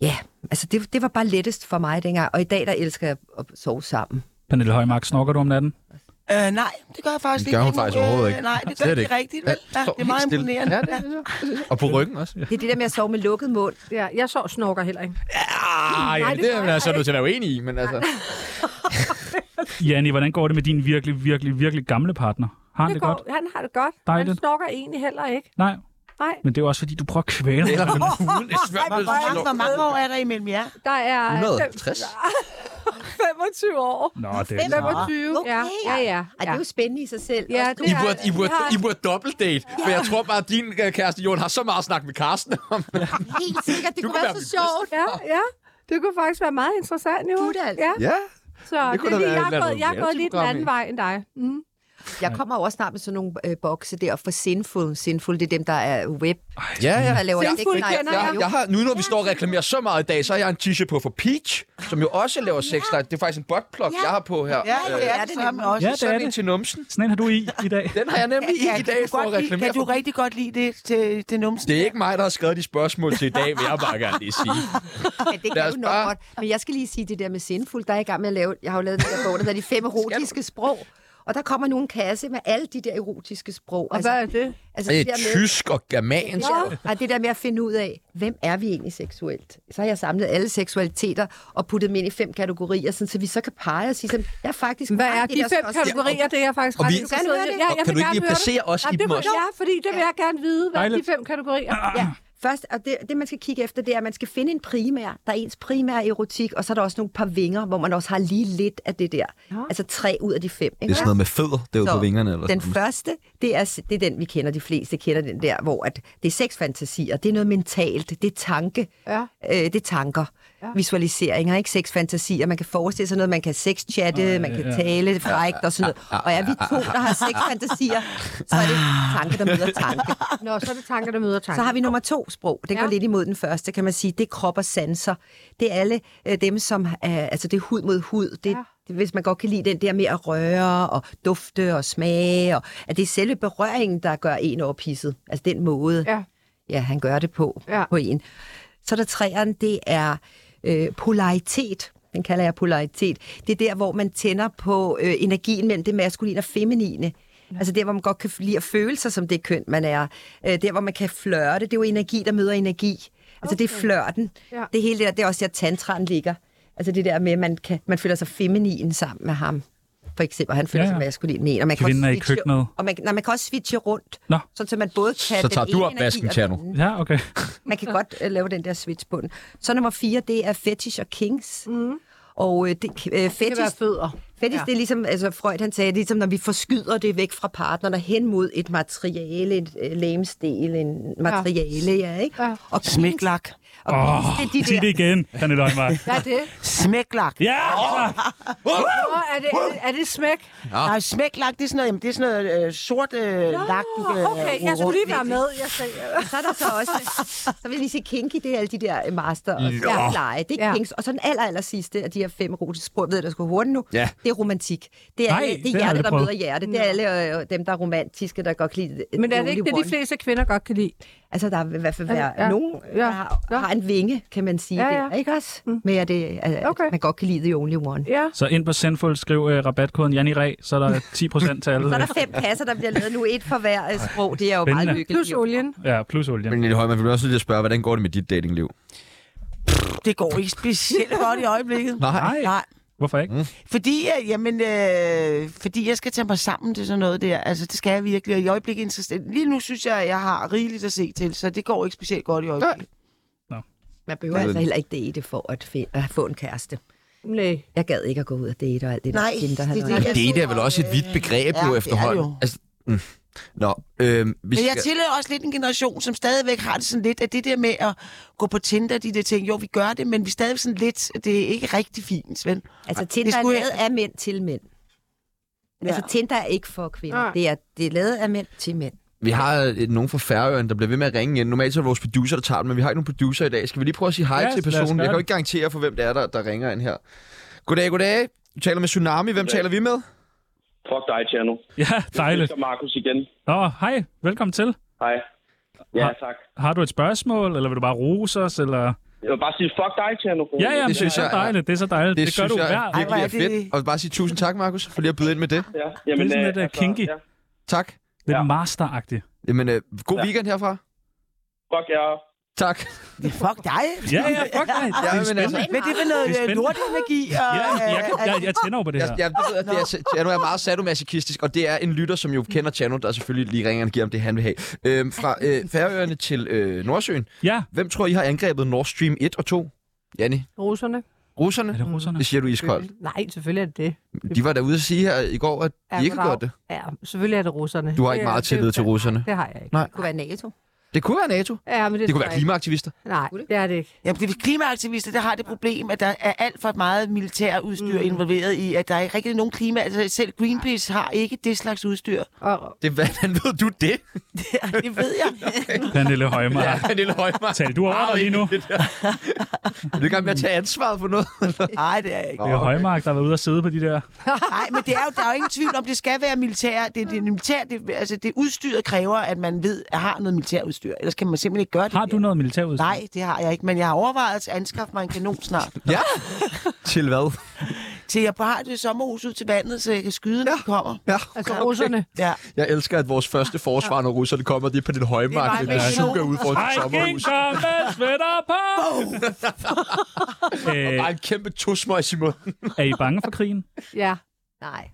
E: ja, altså det, det var bare lettest for mig dengang. Og i dag, der elsker jeg at sove sammen.
C: Pernille Højmark, snokker du om natten?
A: Øh, nej, det gør jeg faktisk
B: Det
A: ikke.
B: gør hun
A: er
B: faktisk
A: nu, øh,
B: overhovedet ikke.
A: Nej, det gør
B: Slet
A: ikke
B: ikke.
A: rigtigt, vel?
B: Ja,
A: Ja, det er meget
B: helt stille.
A: imponerende. Ja,
B: Og på ryggen også.
E: Det er det der med at sove med lukket mund.
D: Ja, jeg sov snorker heller ikke.
B: Ah, ja, det er jeg så nødt til at være uenig i, men altså...
C: Janni, hvordan går det med din virkelig, virkelig, virkelig gamle partner? Har han det,
D: går,
C: godt?
D: Han har det godt. Han
C: Dejligt.
D: snorker egentlig heller ikke.
C: Nej,
D: Nej,
C: men det er jo også fordi, du prøver at kvæle ham.
A: ja. Hvor mange år er der imellem jer?
D: der er...
B: 160.
D: 25 år.
C: Nå, det er
D: 25,
E: Okay.
D: ja. Ja, ja.
E: Ej, det er jo spændende i sig selv.
D: Ja,
E: Også du-
B: I
D: det er-
B: burde, I burde,
D: vi har-
B: I burde dobbeltdate, for jeg tror bare, at din øh, kæreste, Jon, har så meget at snakke med Karsten om.
E: Helt sikkert, det
B: Du
E: kunne
B: kan
E: være
B: være
E: så sjovt.
D: Ja, ja. Det kunne faktisk være meget interessant, jo.
E: Gud, altså.
D: Ja,
B: Ja.
D: så det,
B: kunne
D: det
B: da
D: er
B: være
D: lige,
B: et
D: jeg
B: eller
D: er gået,
B: andet
D: jeg er gået lidt den
B: reality-program
D: anden
B: i.
D: vej end dig. Mm.
E: Jeg kommer jo også snart med sådan nogle øh, bokse der for Sinful. Sinful, det er dem, der er web,
B: Ja, ja.
E: der laver
D: Sinful
E: sex- nej,
D: kender
E: nej,
B: Jeg,
E: jo.
B: jeg har, nu når vi står og reklamerer så meget i dag, så har jeg en t-shirt på for Peach, som jo også laver sex light. Det er faktisk en botplug, jeg har på her.
A: Ja,
B: Øh,
A: det er det samme også.
C: Ja, det er
B: Sådan en
C: det.
B: til numsen.
C: Sådan en har du i i dag.
B: Den har jeg nemlig
A: Ja,
B: i i
A: kan
B: dag
A: du
B: for at
A: godt lide-
B: reklamere
A: Kan du
B: for.
A: rigtig godt lide det til, til numsen?
B: Det er ikke mig, der har skrevet de spørgsmål til i dag, vil jeg bare gerne lige
A: [laughs]
B: sige.
E: Ja, det
B: Lad
E: kan
B: os
E: du nok
B: bare-
E: godt. Men jeg skal lige sige det der med sindfuld. Der er jeg i gang med at lave... Jeg har jo lavet den der bog, der hedder De
B: [laughs]
E: fem erotiske sprog. Og der kommer nu en kasse med alle de der erotiske sprog.
D: Og hvad er det?
E: altså
B: Det
E: der
B: er
E: med-
B: tysk og germansk.
E: Ja, og det der med at finde ud af, hvem er vi egentlig seksuelt? Så har jeg samlet alle seksualiteter og puttet dem ind i fem kategorier, sådan, så vi så kan pege og sige, sådan, jeg er faktisk...
D: Hvad er
E: ej, det
D: de
E: der
D: fem
E: også-
D: kategorier? Det er jeg faktisk
B: Og
D: ret
B: vi-
D: interesseret
E: Kan du høre
D: i.
E: det?
D: Ja,
B: Og
D: jeg
B: kan
D: vil
B: du ikke
D: gerne
B: lige
D: høre
B: placere
D: det.
B: os
D: Nej,
B: i
D: det
B: dem
D: må-
B: også?
D: Ja, fordi det vil jeg gerne vide. Hvad er de
C: Dejligt.
D: fem kategorier?
E: Ja, først, og det, det man skal kigge efter, det er, at man skal finde en primær, der er ens primære erotik, og så er der også nogle par vinger, hvor man også har lige lidt af det der. Ja. Altså tre ud af de fem. Ikke?
B: noget med fødder derude
E: Så den første, det er, s- det er den, vi kender de fleste, kender den der, hvor at det er sexfantasier, det er noget mentalt, det er tanke,
D: Ja.
E: øh, det er tanker, ja. visualiseringer, ikke sexfantasier, man kan forestille sig noget, man kan sexchatte, ja, man kan ja. tale frægt og sådan noget. Og er vi to, der har sexfantasier, så er det tanke, der møder tanke.
D: Nå, så er det tanker, der møder tanker.
E: Så har vi nummer to sprog. Den ja.
D: Ja.
E: går lidt imod den første, kan man sige. Det er krop og sanser. Det er alle øh, dem, som... Øh, altså, det er hud mod hud. Det,
D: Ja.
E: ja. det, hvis man godt kan lide den der med at røre og dufte og smage. Og, at det er selve berøringen, der gør en overpisset. Altså den måde,
D: Ja.
E: ja, han gør det på,
D: Ja.
E: ja. på en. Så er der træerne, det er øh, polaritet. Den kalder jeg polaritet. Det er der, hvor man tænder på øh, energien mellem det maskuline og feminine. Altså der, hvor man godt kan lide at føle sig som det køn, man er. Øh, der, hvor man kan flørte. Det er jo energi, der møder energi. Altså okay. det er flørten.
D: Ja.
E: Ja. Det hele det der, det er også der, tantraen ligger. Altså det der med, at man, kan, man føler sig feminin sammen med ham. For eksempel, og han føler
C: Ja,
E: ja,
C: ja.
E: ja. sig maskulin med en. Og man
C: Kvinden er
E: kan
C: i
E: også switche-
C: køkkenet.
E: Og man, nej, man kan også switche rundt.
C: Nå.
E: Sådan, så man både kan
B: Så
E: den
B: tager du
E: ene
B: opvasken,
E: energi og den
A: altså-
B: Tjerno.
E: anden.
C: Ja, okay.
E: Man kan godt øh, lave den der switch på den. Så nummer fire, det er fetish og kings. Mm. Og øh, det, øh,
D: Det kan være
E: fetish,
D: fødder.
E: fetish ja. det er ligesom, altså Freud han sagde, det er ligesom når vi forskyder det væk fra partnerne hen mod et materiale, et øh, lemsdel, en materiale,
D: [laughs]
E: ja, ja ikke?
D: Ja.
E: Og kings,
A: Smæklak.
E: og
C: Åh, oh,
E: kings, det er de
C: sig
E: der,
C: det igen, Hanne Løgmark.
D: Hvad er det?
A: Smæklak.
C: Ja! altså.
D: Nå, er det, er det- er det smæk?
A: Nej, smæklak, det er sådan noget, jamen, det er sådan noget øh, sort øh, lak, du kan øh,
D: Ah, Okay, jeg skulle
A: rulle
D: lige være
A: rundt i.
D: med. Jeg sagde,
E: så er der så også, så vil jeg lige sige, kinky, det er alle de der øh, master og
B: Nå.
E: leje, det er
D: Ja.
E: ja. kings. Og så den aller, aller sidste af de her fem erotiske sprog, jeg ved jeg, skal hurtigt nu,
B: Ja.
E: det er romantik. Det er,
C: Nej,
E: Nej, alle,
C: det
E: det
C: har
E: er
C: jeg
E: hjertet,
C: aldrig
E: der
C: prøvet.
E: møder hjerte. Det er alle øh, dem, der er romantiske, der godt kan lide
D: Men er det
E: Lonely
D: ikke det, de
E: One.
D: fleste kvinder godt kan lide?
E: Altså, der vil i hvert fald
D: Ja,
E: være
D: ja,
E: ja, nogen,
D: ja,
E: ja, der har,
D: ja.
E: ja. har en vinge, kan man sige.
D: Ja,
E: Ja,
D: ja.
E: ja. Det, ikke også? Mm. Med at, det, at
D: Okay.
E: okay. man godt kan lide The Only One.
D: Ja.
C: Så ind på Sendful, skriv uh, rabatkoden Janni Ræ, så er der
E: [laughs]
C: 10% til alle.
E: Så er der fem kasser, der bliver lavet nu. Et for hver øh, sprog. Det er jo
C: Spændende.
E: meget lykkeligt.
D: Plus
E: jo.
D: olien.
C: Ja, plus olien.
B: Men Lille Højman, vil du også lige at spørge, hvordan går det med dit datingliv?
A: Det går ikke specielt godt i øjeblikket.
C: Nej.
A: Nej.
C: Hvorfor ikke?
A: Fordi, jeg, jamen, øh, fordi jeg skal tage mig sammen til sådan noget der. Altså, det skal jeg virkelig. Og i øjeblikket interessant. Lige nu synes jeg, at jeg har rigeligt at se til, så det går ikke specielt godt i øjeblikket.
E: Man behøver
B: Ja.
E: altså heller ikke date for at, fi- at få en kæreste.
D: Nej.
E: Jeg gad ikke at gå ud og date og alt det
A: Nej,
E: der. Tinder,
A: det-
E: halløj.
A: det-
B: Det er vel også et vidt begreb
A: Ja,
B: jo
A: det er
B: efterhånden.
A: det jo.
B: Altså, mm. Nå, øhm, vi
A: Men
B: skal...
A: jeg tilhører også lidt en generation, som stadigvæk har det sådan lidt, at det der med at gå på Tinder, de der ting, jo, vi gør det, men vi er stadigvæk sådan lidt, det er ikke rigtig fint, vel?
E: Altså, Tinder
A: skulle
E: er
A: jeg-
E: lavet af mænd til mænd. Ja. Altså, Tinder er ikke for kvinder.
D: Nej.
E: Det er, det er lavet af mænd til mænd.
B: Vi har øh, nogen fra Færøerne, der bliver ved med at ringe ind. Normalt så er det vores producer, der tager den, men vi har ikke nogen producer i dag. Skal vi lige prøve at sige hej
C: Ja,
B: til
C: lad os
B: personen?
C: gøre
B: Jeg kan jo
C: det.
B: ikke garantere for, hvem det er, der, der ringer ind her. Goddag, goddag. Du taler med Tsunami. Hvem taler vi med?
G: Fuck dig, Tjerno.
C: Ja, dejligt.
G: Det er Markus igen.
C: Nå, hej. Velkommen til.
G: Hej. Ja,
C: Hej.
G: tak.
C: Har du et spørgsmål, eller vil du bare rose os? Eller...
G: Jeg vil bare sige, fuck dig, Tjerno.
C: Ja, ja, det,
B: synes
C: det er
B: jeg
C: så
B: er-
C: dejligt. Det er så dejligt. Det, det gør
B: synes
C: du
B: jeg
C: hver.
A: Ej, hvor
B: virkelig
A: er
B: er fedt.
A: det-
B: Og bare sige tusind tak, Markus, for lige at byde ind med det.
G: ja. Jamen,
C: Det er sådan lidt,
G: øh,
C: øh, kinky.
G: Ja.
B: Tak.
C: Lidt
G: Ja.
C: masteragtigt.
B: Jamen, øh, god
G: Ja.
B: weekend herfra.
G: Fuck jer.
B: Tak.
A: Fuck dig.
C: Ja, ja, fuck dig. Det er
B: men
C: spændende.
B: altså-
A: Hvad er det for
C: Det er
A: noget
C: spændende.
A: lortenergi? Og,
C: Ja, jeg, kan- jeg, jeg tænder over på det
B: Jeg,
C: her.
B: jeg, ved, at det er, Tjerno er meget sadomasochistisk, og det er en lytter, som jo kender Tjerno, der selvfølgelig lige ringer og giver ham det, han vil have. Øhm, fra øh, Færøerne til øh, Nordsøen.
C: Ja,
B: Hvem tror I har angrebet Nord Stream 1 og 2? Janni?
D: Russerne.
B: Russerne?
C: er det russerne?
B: Det siger du iskoldt.
D: Nej, selvfølgelig er det det.
B: De var derude og sige her i går, at
D: Ja,
B: de ikke
D: goddag.
B: gjorde det.
D: Ja, selvfølgelig er det russerne.
B: Du har ikke
D: Det-
B: meget
D: det-
B: tillid til russerne.
D: Det har jeg ikke.
B: Nej.
E: Det kunne være NATO.
B: Det kunne være NATO.
D: Ja, men det,
B: Det
D: tror
B: kunne være
D: jeg ikke.
B: klimaaktivister.
D: Nej, det er det ikke.
A: Jamen, det er klimaaktivister, der har det problem, at der er alt for meget militærudstyr mm. involveret i, at der er ikke rigtig nogen klima... Altså, selv Greenpeace har ikke det slags udstyr.
D: Og,
B: Det, [laughs] hvordan ved du det?
A: det ved [laughs] jeg.
C: Pernille Højmark. ja.
B: [laughs] det er Højmark.
C: Tal du over lige nu?
B: Det er du i gang med at tage ansvaret for noget?
A: Nej, det er jeg ikke.
C: Det er Højmark, der har været ude og sidde på de der...
A: Nej, men det er jo, der er jo ingen tvivl om, det skal være militær. Det, det, militær det, altså, det udstyret kræver, at man ved, at har noget militærudstyr. Ellers kan man simpelthen ikke gøre det.
C: Har du
A: mere.
C: noget militærudstyr?
A: Nej, det har jeg ikke, men jeg har overvejet at anskaffe mig en kanon [laughs] snart.
B: [laughs] ja. Til hvad?
A: Til jeg bare har det sommerhus ud til vandet, så jeg kan skyde, når de kommer.
B: Ja.
D: altså russerne.
A: Ja.
B: Jeg elsker, at vores første forsvar, når russerne kommer, det er på den højmark,
A: Det er
B: det
A: mig
B: er
A: med
B: suger ud for et
C: Ej,
B: sommerhus.
C: kom med sweater på! Æ,
B: Bare en kæmpe tosmøjs i munden.
C: Øh, er I bange for krigen?
D: Ja,
E: Nej.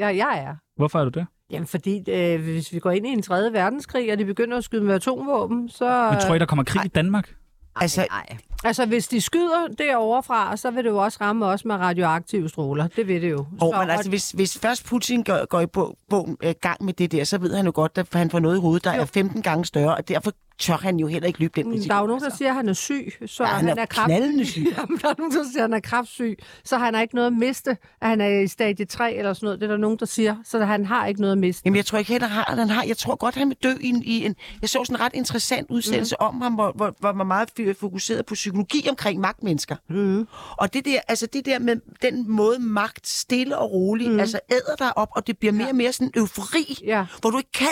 D: ja, jeg er.
C: Hvorfor er du det?
D: Jamen fordi, øh, hvis vi går ind i en tredje verdenskrig, og de begynder at skyde med atomvåben, så...
C: Men tror I, der kommer krig i Danmark?
A: Altså,
E: Nej.
D: Altså, hvis de skyder derovre fra, så vil det jo også ramme os med radioaktive stråler. Det vil det jo.
A: Og, men altså, hvis, hvis først Putin går, går i bo, bo, øh, gang med det der, så ved han jo godt, at han får noget i hovedet, der jo. er 15 gange større, og derfor tør han jo heller ikke løbe den risiko.
D: der er jo nogen, der siger, at han er syg, så
A: altså. Ja,
D: han, han er, kraft... [laughs]
A: knaldende syg.
D: Jamen, der er nogen, der siger, at han er kraftsyg, så han har ikke noget at miste, at han er i stadie 3 eller sådan noget. Det er der nogen, der siger, så han har ikke noget at miste.
A: Jamen, jeg tror ikke heller, han har, han har. Jeg tror godt, han vil dø i en... I en jeg så sådan en ret interessant udsendelse
D: Mhm.
A: mm. om ham, hvor, hvor, hvor man meget f- fokuseret på psykologi omkring magtmennesker.
D: Mhm.
A: Mm. Og det der, altså det der med den måde magt stille og roligt, mm. altså æder dig op, og det bliver mere og mere sådan en eufori,
D: Mhm. Ja.
A: hvor du ikke kan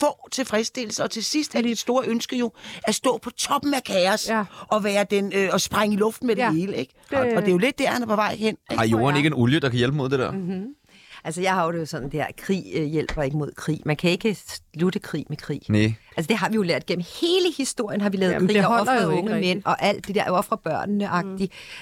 A: få tilfredsstillelse. Og til sidst er dit store ønske jo at stå på toppen af kaos
D: Ja.
A: og være den, øh, og sprænge i luften med det
D: Ja.
A: hele, ikke?
D: Det-
A: Og det er jo lidt der, han er på vej hen. Ikke?
B: Har jorden ikke en olie, der kan hjælpe mod det der?
E: Altså, jeg har jo det jo sådan, det her, krig øh, hjælper ikke mod krig. Man kan ikke slutte krig med krig.
B: Nej.
E: Altså, det har vi jo lært gennem hele historien, har vi lavet
D: Jamen,
E: Jamen,
D: det
E: krig og
D: holder
E: offret
D: jo ikke
E: unge
D: rigtigt.
E: mænd og alt det der, offre børnene mm.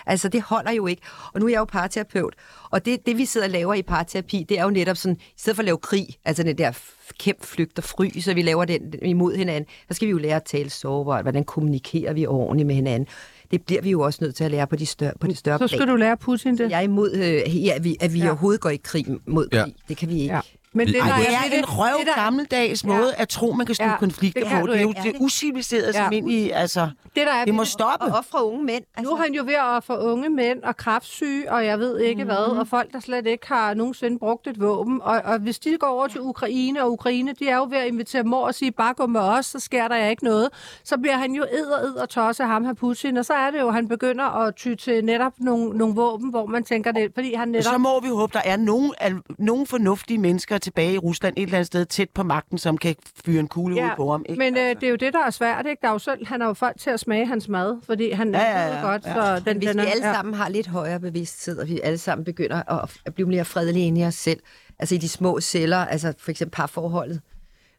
E: Altså, det holder jo ikke. Og nu er jeg jo parterapeut, og det, det vi sidder og laver i parterapi, det er jo netop sådan, i stedet for at lave krig, altså den der f- kæmp, flygt og fry, så vi laver den imod hinanden, så skal vi jo lære at tale sårbart, hvordan kommunikerer vi ordentligt med hinanden. Det bliver vi jo også nødt til at lære på de større, på de større
D: Så skal du lære Putin det.
E: Jeg er imod, øh, ja, at vi, at vi
D: Ja.
E: ja. overhovedet går i krig mod krig.
B: Ja.
E: Ja. Det kan vi ikke.
D: Ja.
E: Ja.
D: Men det,
B: Ej,
D: der
A: Nej, det
D: er-
A: er
D: det-
A: en
D: det-
A: røv
D: det, der-
A: gammeldags
D: Ja.
A: måde at tro, man kan slutte
D: Ja,
A: ja, konflikter
D: det kan
A: på.
D: du
A: Det er jo
D: ikke.
A: det uciviliserede
D: Ja.
A: ja. ind i, altså...
D: Det, der er
A: Det
D: ved
A: må stoppe.
E: Og ofre unge mænd.
D: Nu
A: Altså-
D: er han jo ved at få unge mænd og kraftsyge, og jeg ved ikke mm.
A: Mhm.
D: hvad, og folk, der slet ikke har nogensinde brugt et våben. Og, og hvis de går over til Ukraine, og Ukraine, de er jo ved at invitere mor og sige, bare gå med os, så sker der ikke noget. Så bliver han jo edder, edder tosse ham her Putin, og så er det jo, han begynder at ty til netop nogle, nogle våben, hvor man tænker det, fordi han netop...
A: Så må vi håbe, der er nogen, al- nogen fornuftige mennesker tilbage i Rusland et eller andet sted tæt på magten, som kan fyre en kugle ja, ud på ham. Ikke? altså-
D: men øh, det er jo det, der er svært, ikke? Der er jo selv, han har jo folk til at smage hans mad, fordi han
A: Ja, ja,
D: ved
A: ja,
D: godt,
A: ja.
D: så den,
E: Hvis
D: den
E: vi
D: er,
E: alle
D: ja.
E: sammen har lidt højere bevidsthed, og vi alle sammen begynder at, at blive mere fredelige inde i os selv, altså i de små celler, altså for eksempel parforholdet,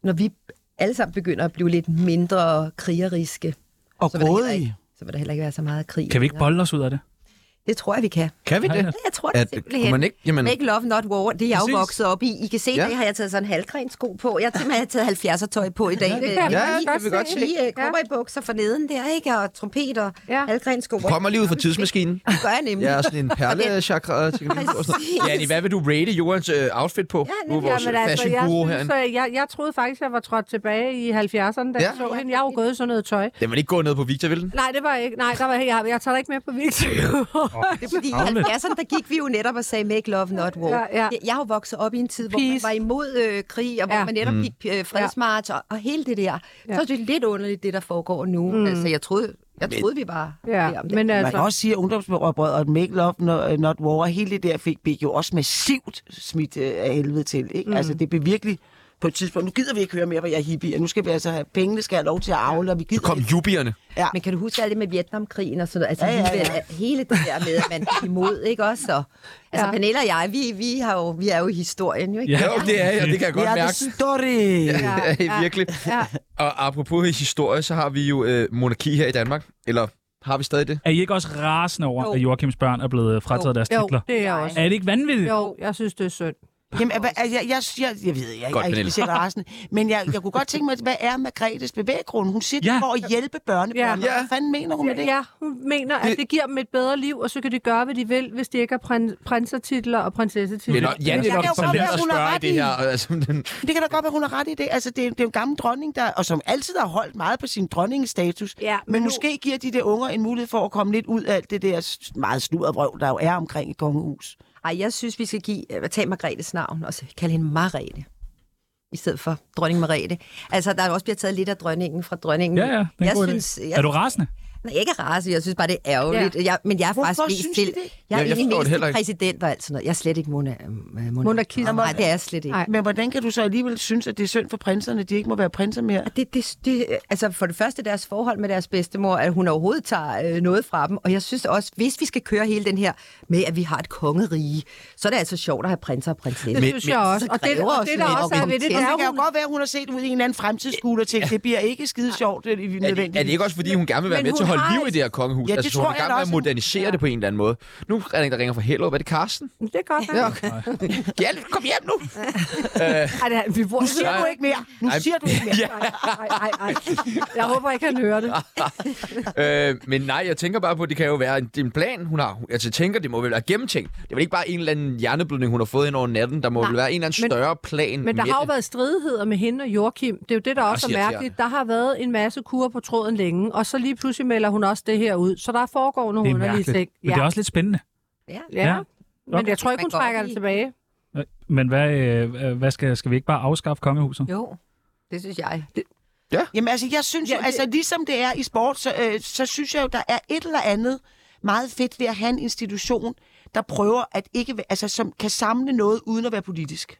E: når vi alle sammen begynder at blive lidt mindre krigeriske,
A: og
E: så vil, der heller
A: grådige.
E: ikke, så vil der heller ikke være så meget krig.
C: Kan vi ikke bolde os ud af det?
E: Det tror jeg, vi kan.
B: Kan vi det?
E: Ja, Jeg tror det
B: At-
E: simpelthen.
B: kunne man ikke- jamen-
E: Make love, not war. Det er jeg
B: Præcis.
E: jo vokset op i. I kan se,
B: Ja.
E: ja. det har jeg taget sådan en halvgren sko på. Jeg har simpelthen taget 70'er tøj på i dag.
D: det kan
E: Øh,
D: man
E: lige-
D: godt se.
E: Lige
D: Ja.
E: øh, kopper i bukser for neden der, ikke? Og trompet og
D: Ja.
E: ja. halvgren sko.
B: Kommer lige ud fra tidsmaskinen.
E: Det gør jeg nemlig.
B: Jeg er
E: [laughs]
B: sådan en perlechakra. Janni, hvad vil du rate Jordens øh, outfit på?
E: Ja,
B: nu er vores
D: Jamen, altså,
B: fashion
D: jeg,
B: guru
D: synes,
B: herinde.
D: så jeg, jeg troede faktisk, jeg var trådt tilbage i 70'erne, da ja.
B: Ja.
D: jeg så hende. Jeg har jo gået i sådan noget tøj.
B: Den vil ikke gå ned på Victor, vil den?
D: Nej, det var jeg ikke. Nej, der var, jeg, jeg tager dig ikke med på Victor.
E: Det er fordi, i
C: Savlet.
E: 70'erne, der gik vi jo netop og sagde, make love, not war.
D: Ja, ja.
E: Jeg- Jeg har jo vokset op i en tid, hvor man
D: Peace.
E: var imod øh, krig, og hvor
D: Ja.
E: man netop gik øh, fredsmarch og, og hele det der.
D: Ja. Mm.
E: Så er det lidt underligt, det der foregår nu. Altså, jeg troede, jeg troede vi var
D: ja, men
A: Man kan
D: altså,
A: også sige, at ungdomsoprøret og Make Love Not, øh, not War, og hele det der fik, blev jo også massivt smidt øh, af helvede til. Ikke? Mm. Altså, det blev virkelig på et tidspunkt, nu gider vi ikke høre mere, hvor jeg er hippie, og nu skal vi altså have pengene, skal have lov til at afle, og vi gider
B: Så kom
A: ikke.
B: jubierne.
A: Ja.
E: Men kan du huske alt det med Vietnamkrigen og sådan noget? Altså
A: Ja,
E: ja,
A: ja,
E: ja,
A: ja.
E: ja. hele det der med, at man er imod, ikke også? Og, altså,
D: Ja.
E: ja. Pernille og jeg, vi, vi, har jo, vi er jo i historien, jo ikke?
C: Ja.
B: Jo, det er jeg. Det kan jeg
A: Vi
B: godt
A: er the
B: mærke.
A: story. Ja.
B: [laughs] Ja, virkelig.
D: ja.
B: Og apropos historie, så har vi jo øh, monarki her i Danmark. Eller har vi stadig det?
C: Er I ikke også rasende over,
E: Jo.
C: at Joachims børn er blevet frataget deres
D: jo,
C: titler?
D: det er jeg også.
C: Er det ikke vanvittigt?
D: Jo, jeg synes, det er synd.
A: Jamen, hvad, jeg, jeg, jeg, jeg, jeg ved, jeg,
B: Godt,
A: jeg er
B: Pernille.
A: ikke specielt rasende, men jeg, jeg kunne godt tænke mig, hvad er Margrethes bevæggrund? Hun siger, det
C: Ja.
A: er for at hjælpe børnebørn.
B: Ja.
A: Ja. Hvad fanden mener hun med det?
D: Ja, hun mener, at det giver dem et bedre liv, og så kan de gøre, hvad de vil, hvis de ikke har prin- prinsertitler og
B: Det er
D: prinsessetitler.
B: nok, ja, det er
A: Jeg
B: nok
A: kan jo
B: for
A: godt
B: let
A: være,
B: at
A: hun har
B: spørge i
A: ret
B: det
A: i.
B: her. Altså, den,
A: Det kan da godt være, hun har ret i det. Altså, det, er- det er jo en gammel dronning, der, og som altid har holdt meget på sin dronningestatus.
D: Ja, men
A: men
D: nu-
A: måske giver de det unger en mulighed for at komme lidt ud af det der s- meget sludret vrøv, der jo er omkring et kongehus.
E: Ej, jeg synes, vi skal give, øh, tage Margrethes navn og så kalde hende Margrethe i stedet for dronning Margrethe. Altså, der er jo også bliver taget lidt af dronningen fra dronningen.
C: Ja, ja, det er en
E: jeg
C: god idé.
E: synes, jeg,
C: Er du rasende?
E: Nej, jeg er ikke race, jeg synes bare, det er ærgerligt. Ja. Jeg, men jeg er
A: Hvorfor
E: faktisk mest
A: synes
E: til...
A: I det?
E: Jeg er
B: Ja, jeg
E: egentlig
B: forstår det
E: mest
B: heller ikke.
E: til præsident og alt sådan noget. Jeg er slet ikke mona, øh, mona.
D: Monarkist.
E: Nej, det er jeg slet ikke.
D: Nej.
A: Men hvordan kan du så alligevel synes, at det er synd for prinserne, at de ikke må være prinser mere?
E: Det, det, det, altså for det første deres forhold med deres bedstemor, at hun overhovedet tager øh, noget fra dem. Og jeg synes også, hvis vi skal køre hele den her med, at vi har et kongerige, så er det altså sjovt at have prinser og prinsesser.
D: Det synes jeg også. Og det,
E: kræver
D: og
E: også
D: det der
E: lidt
D: også er ved det, det
E: organisering.
A: Ja, det kan
D: er, hun
A: jo godt være, at hun har set ud i en eller anden fremtidsskole og tænkt, det bliver ikke skide sjovt, øh, det er
B: er, det,
A: nødvendigt.
B: er det ikke også, fordi hun gerne vil være
D: Men
B: med til at
D: hun
B: holde
D: har
B: liv i det her kongehus?
A: Ja, det
B: altså, så
A: tror
B: hun er i
A: jeg
B: gang
A: da
B: med at
A: også, hun-
B: modernisere det på en eller anden måde. Nu er der en, der ringer fra Hellerup. Er det Karsten?
D: Det er godt.
B: Ja, okay. Hjælp, kom hjem nu!
D: Ej, det er, vi bor
A: Nu siger du ikke mere. Nu
B: Ej,
A: siger du ikke mere.
D: Ej, ej, ej. Jeg håber ikke, han hører det.
B: øh, men nej, jeg tænker bare på, at det kan jo være en, det er en plan, hun har. Altså, jeg tænker, det må vel være gennemtænkt. Det er vel ikke bare en eller anden hjerneblødning, hun har fået ind over natten. Der må vel være en eller anden
D: men-
B: større plan
D: Men der
B: med
D: har jo
B: det.
D: været stridigheder med hende og Joachim. Det er jo det, der
B: Også
D: også er mærkeligt.
B: irriterende.
D: Der har været en masse kur på tråden længe, og så lige pludselig melder hun også det her ud. Så der foregår
C: Det
D: nogle
C: er
D: underlige ting.
C: mærkeligt. Men det er også lidt spændende.
E: Ja.
D: ja.
C: Ja.
D: ja. Men jeg tror ikke,
E: Man
D: hun
E: går
D: trækker
E: op
D: det
E: i-
D: tilbage.
C: Øh, Men hvad, øh, hvad skal, skal vi ikke bare afskaffe kongehuset?
E: Jo, det synes jeg.
A: Jamen altså, jeg synes jo,
D: Ja, det-
A: altså ligesom det er i sport, så, øh, så synes jeg jo, der er et eller andet meget fedt ved at have en institution, der prøver at ikke, væ- altså som kan samle noget uden at være politisk.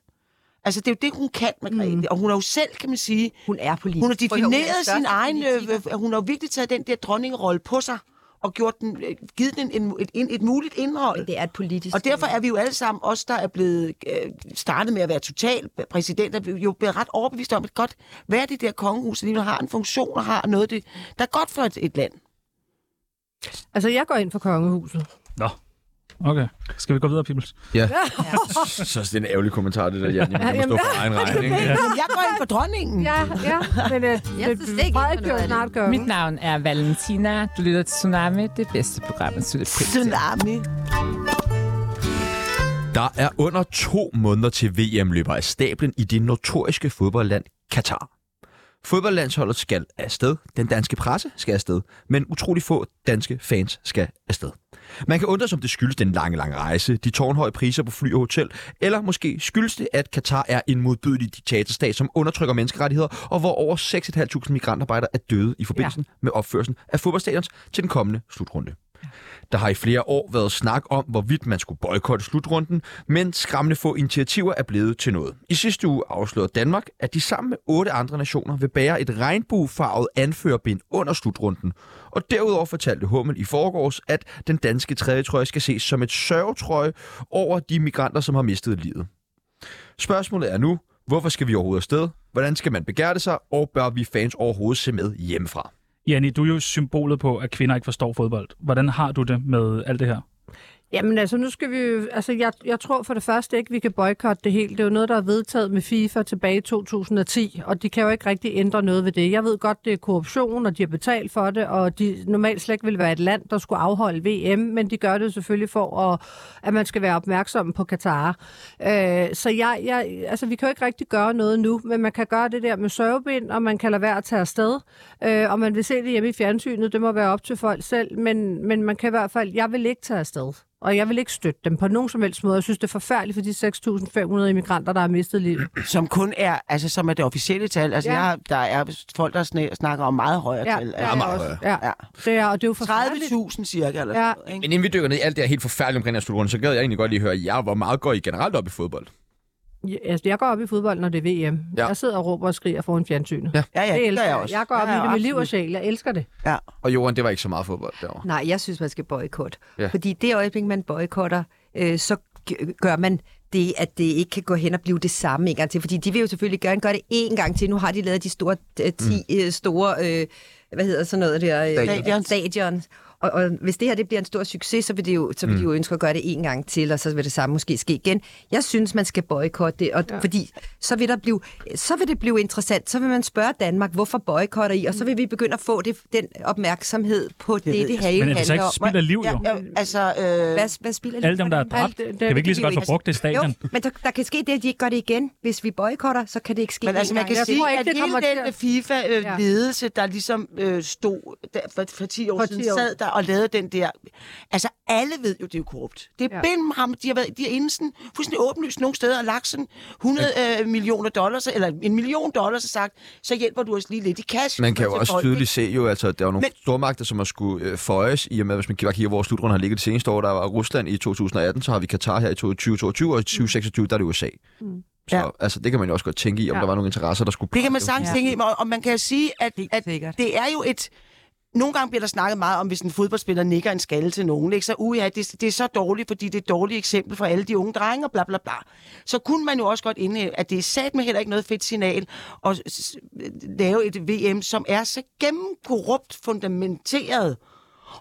A: Altså det er jo det, hun kan, Margrethe. Mm. Og hun har jo selv, kan man sige,
E: Hun er politisk.
A: hun har
E: Prøv at høre, hun er den
A: defineret sin
E: største
A: egen,
E: politiker.
A: øh, øh, hun har jo virkelig taget den der dronningerolle på sig, og gjort den, øh, givet den en, et, et, et muligt indhold.
E: Men det er et politisk...
A: øh, Og derfor er vi jo alle sammen, os der er blevet øh, startet med at være total præsident, er vi jo blevet ret overbevist om, at godt, hvad er det der kongehus, der har en funktion og har noget, det, der er godt for et, et land.
D: Altså, jeg går ind for kongehuset.
C: Nå. Okay. Skal vi gå videre, peoples?
B: [laughs] Så er det en ærgerlig kommentar, det der, Jan. Jeg
D: Ja,
B: må stå
D: jamen,
B: for
D: [laughs]
B: egen regning.
A: Ja. Jeg går ind for dronningen. Ja.
D: Ja, ja. Men øh,
E: Jeg synes ikke,
D: Frederik
E: det er
D: bliver
E: noget
D: snart konge.
H: Mit navn er Valentina. Du lytter til Tsunami, det bedste program, at slutte pris til.
A: Tsunami.
B: Der er under to måneder til VM løber af stablen i det notoriske fodboldland Katar. Fodboldlandsholdet skal afsted, den danske presse skal afsted, men utrolig få danske fans skal afsted. Man kan undre sig, om det skyldes den lange, lange rejse, de tårnhøje priser på fly og hotel, eller måske skyldes det, at Katar er en modbydelig diktatorstat, som undertrykker menneskerettigheder, og hvor over 6.500 migrantarbejdere er døde i forbindelse ja. med opførelsen af fodboldstadions til den kommende slutrunde. Der har i flere år været snak om, hvorvidt man skulle boykotte slutrunden, men skræmmende få initiativer er blevet til noget. I sidste uge afslørede Danmark, at de sammen med otte andre nationer vil bære et regnbuefarvet anførerbind under slutrunden. Og derudover fortalte Hummel i forgårs, at den danske tredje trøje skal ses som et sørgetrøje over de migranter, som har mistet livet. Spørgsmålet er nu, hvorfor skal vi overhovedet afsted? Hvordan skal man begære det sig? Og bør vi fans overhovedet se med hjemmefra?
C: Janni, du er jo symbolet på, at kvinder ikke forstår fodbold. Hvordan har du det med alt det her?
D: Jamen altså, nu skal vi jo- altså jeg, jeg tror for det første ikke, vi kan boykotte det helt. Det er jo noget, der er vedtaget med FIFA tilbage i 2010, og de kan jo ikke rigtig ændre noget ved det. Jeg ved godt, det er korruption, og de har betalt for det, og de normalt slet ikke ville være et land, der skulle afholde VM, men de gør det selvfølgelig for, at, at man skal være opmærksom på Katar. Øh, så jeg, jeg, altså, vi kan jo ikke rigtig gøre noget nu, men man kan gøre det der med sørgebind, og man kan lade være at tage afsted, øh, og man vil se det hjemme i fjernsynet, det må være op til folk selv, men, men man kan i hvert fald, jeg vil ikke tage afsted. Og jeg vil ikke støtte dem på nogen som helst måde. Jeg synes, det er forfærdeligt for de 6.500 immigranter, der har mistet livet.
A: Som kun er, altså som er det officielle tal. Altså
D: Ja.
A: ja. jeg, har- der er folk, der sna- snakker om meget højere
D: Ja,
A: tal.
D: ja,
A: Altså,
D: også. ja. Det er, og det er jo forfærdeligt.
A: 30.000 cirka, eller
D: Ja.
A: ja. sådan noget, ikke?
B: Men inden vi dykker ned i alt det her helt forfærdeligt omkring den her slutrunde, så gad jeg egentlig godt lige høre jer, hvor meget går I generelt op i fodbold?
D: Ja, Altså, jeg går op i fodbold, når det er VM.
B: Ja.
D: Ja. Jeg sidder og råber og skriger foran fjernsynet. Ja,
A: Ja, ja, det
D: elsker
A: gør jeg også.
D: Jeg går op
A: Ja,
D: i det med liv og
A: absolut.
D: sjæl. Jeg elsker det.
A: Ja.
B: Og Johan, det var ikke så meget fodbold derovre.
E: Nej, jeg synes, man skal boykotte.
B: Ja.
E: Ja. Fordi det øjeblik, man boykotter, øh, så g- gør man det, at det ikke kan gå hen og blive det samme en gang til. Fordi de vil jo selvfølgelig gerne gøre det en gang til. Nu har de lavet de store, øh, 10 mm. store, øh, hvad øh, hedder sådan noget der?
B: Stadions.
E: Stadion. Og, og hvis det her det bliver en stor succes, så vil, det jo, så vil mm. de jo ønske at gøre det en gang til, og så vil det samme måske ske igen. Jeg synes, man skal boykotte det, og ja. fordi så vil, der blive, så vil det blive interessant. Så vil man spørge Danmark, hvorfor boykotter I? Og så vil vi begynde at få det, den opmærksomhed på det, det, det her
C: Men er det så ikke spild af liv, jo?
A: Ja, altså, øh,
E: Hvad, hvad spiller
C: Alle dem, der er dræbt,
D: Alt det- det-
C: kan vi ikke lige så
E: det-
C: godt få brugt det i stadion?
E: Jo, men der, der kan ske det, at de ikke gør det igen. Hvis vi boykotter, så kan det ikke ske
A: men
E: en
A: altså, man
E: gang.
A: kan
D: Jeg
A: sige,
D: tror ikke,
A: at
D: det kommer
A: hele
D: til
A: den
D: at- Ja.
A: FIFA-ledelse, der ligesom øh, stod der, for, for 10 år for
D: For 10
A: siden,
D: år.
A: sad der og lavede den der... Altså, alle ved jo, det er jo korrupt. Det er
D: Ja.
A: ja. ham, de har været de har inden sådan, fuldstændig åbenlyst nogle steder og lagt sådan 100 øh, millioner dollars, eller en million dollars og sagt, så hjælper du os lige lidt i cash.
B: Man kan jo
A: til
B: også
A: folk,
B: tydeligt
A: ikke?
B: se, jo, altså, der er jo nogle
A: Men-
B: stormagter, som har skulle øh, føjes i og med, hvis man kigger kigger, hvor slutrunde har ligget de seneste år. Der var Rusland i 2018, så har vi Katar her i 2022, og i 2026, der er det USA. Så
A: Mm. Ja.
B: altså, det kan man jo også godt tænke i, om
D: Ja.
B: der var nogle interesser, der skulle...
A: Det kan man sagtens tænke i, og og man kan jo sige, at,
E: Helt
A: at
E: sikkert.
A: det er jo et... Nogle gange bliver der snakket meget om, hvis en fodboldspiller nikker en skalle til nogen, ikke? så uja, det, det er så dårligt, fordi det er et dårligt eksempel for alle de unge drenge, og bla bla bla. Så kunne man jo også godt indhæve, at det er sat med heller ikke noget fedt signal at s- s- lave et VM, som er så gennemkorrupt fundamenteret,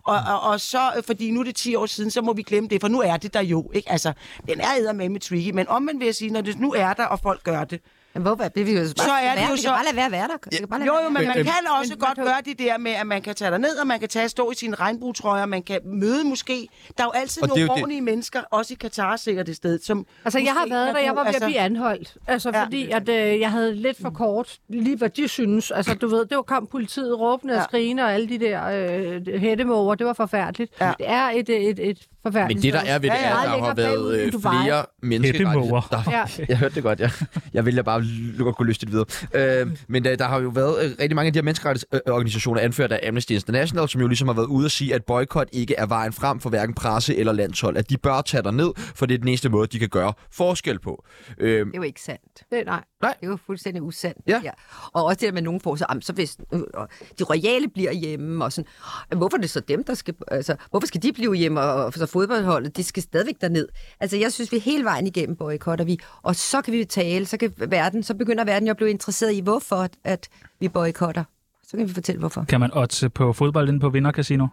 A: og, og, og så, øh, fordi nu er det 10 år siden, så må vi glemme det, for nu er det der jo. Ikke? Altså, den er med med tricky, men om man vil sige, når det nu er der, og folk gør det,
E: Men hvorfor? Det vil jo bare,
A: Så er det
E: være,
A: jo
E: vi
A: så-
E: kan bare lade være at være der. Vi kan bare lade
A: Jo,
E: være.
A: jo, men man
B: øhm,
A: kan også godt gøre det der med, at man kan tage ned og man kan tage stå i sine regnbugtrøjer, man kan møde måske. Der er jo altid
B: Og det er
A: nogle
B: jo det-
A: ordentlige mennesker, også i Katar sikkert et sted, som...
D: Altså, jeg har
A: måske
D: været
A: kan
D: der, jeg
A: bruge-
D: var ved at blive anholdt. Altså,
A: Ja.
D: fordi at, øh, jeg havde lidt for kort, lige hvad de synes. Altså, du ved, det var kom politiet råbende og
A: Ja.
D: skrigende, og alle de der øh, hættemåger, det var forfærdeligt.
A: Ja.
D: Det er et, øh, et, et forfærdeligt
B: Men det, der er ved det,
A: Ja, ja.
B: er, at
D: Meget
B: der har
D: længere
B: været
D: bagud end
B: øh,
D: Dubai.
B: flere menneskerettigheder.
C: Hættemåger.
B: Der,
D: Ja.
B: Jeg hørte det godt, ja. Jeg ville bare lukke og kunne lyste det videre. Øh, men der, der har jo været øh, rigtig mange af de her menneskerettighedsorganisationer anført af Amnesty International, som jo ligesom har været ude at sige, at boykot ikke er vejen frem for hverken presse eller landshold. At de bør tage dig ned, for det er den eneste måde, de kan gøre forskel på. Øh,
E: Det er jo ikke sandt.
D: Det, nej.
E: Det er jo fuldstændig usandt.
B: Ja.
E: Ja. Og også det der med, at nogen får så, "Jamen, så hvis øh, og de royale bliver hjemme, og sådan, "Jamen, hvorfor er det så dem, der skal, altså, hvorfor skal de blive hjemme, og, og så fodboldholdet, de skal stadigvæk derned. Altså, jeg synes, vi hele vejen igennem boykotter vi, og så kan vi jo tale, så kan verden, så begynder verden jo at blive interesseret i, hvorfor at vi boykotter. Så kan vi fortælle, hvorfor.
C: Kan man otte på fodbold inde på Vinder Casino?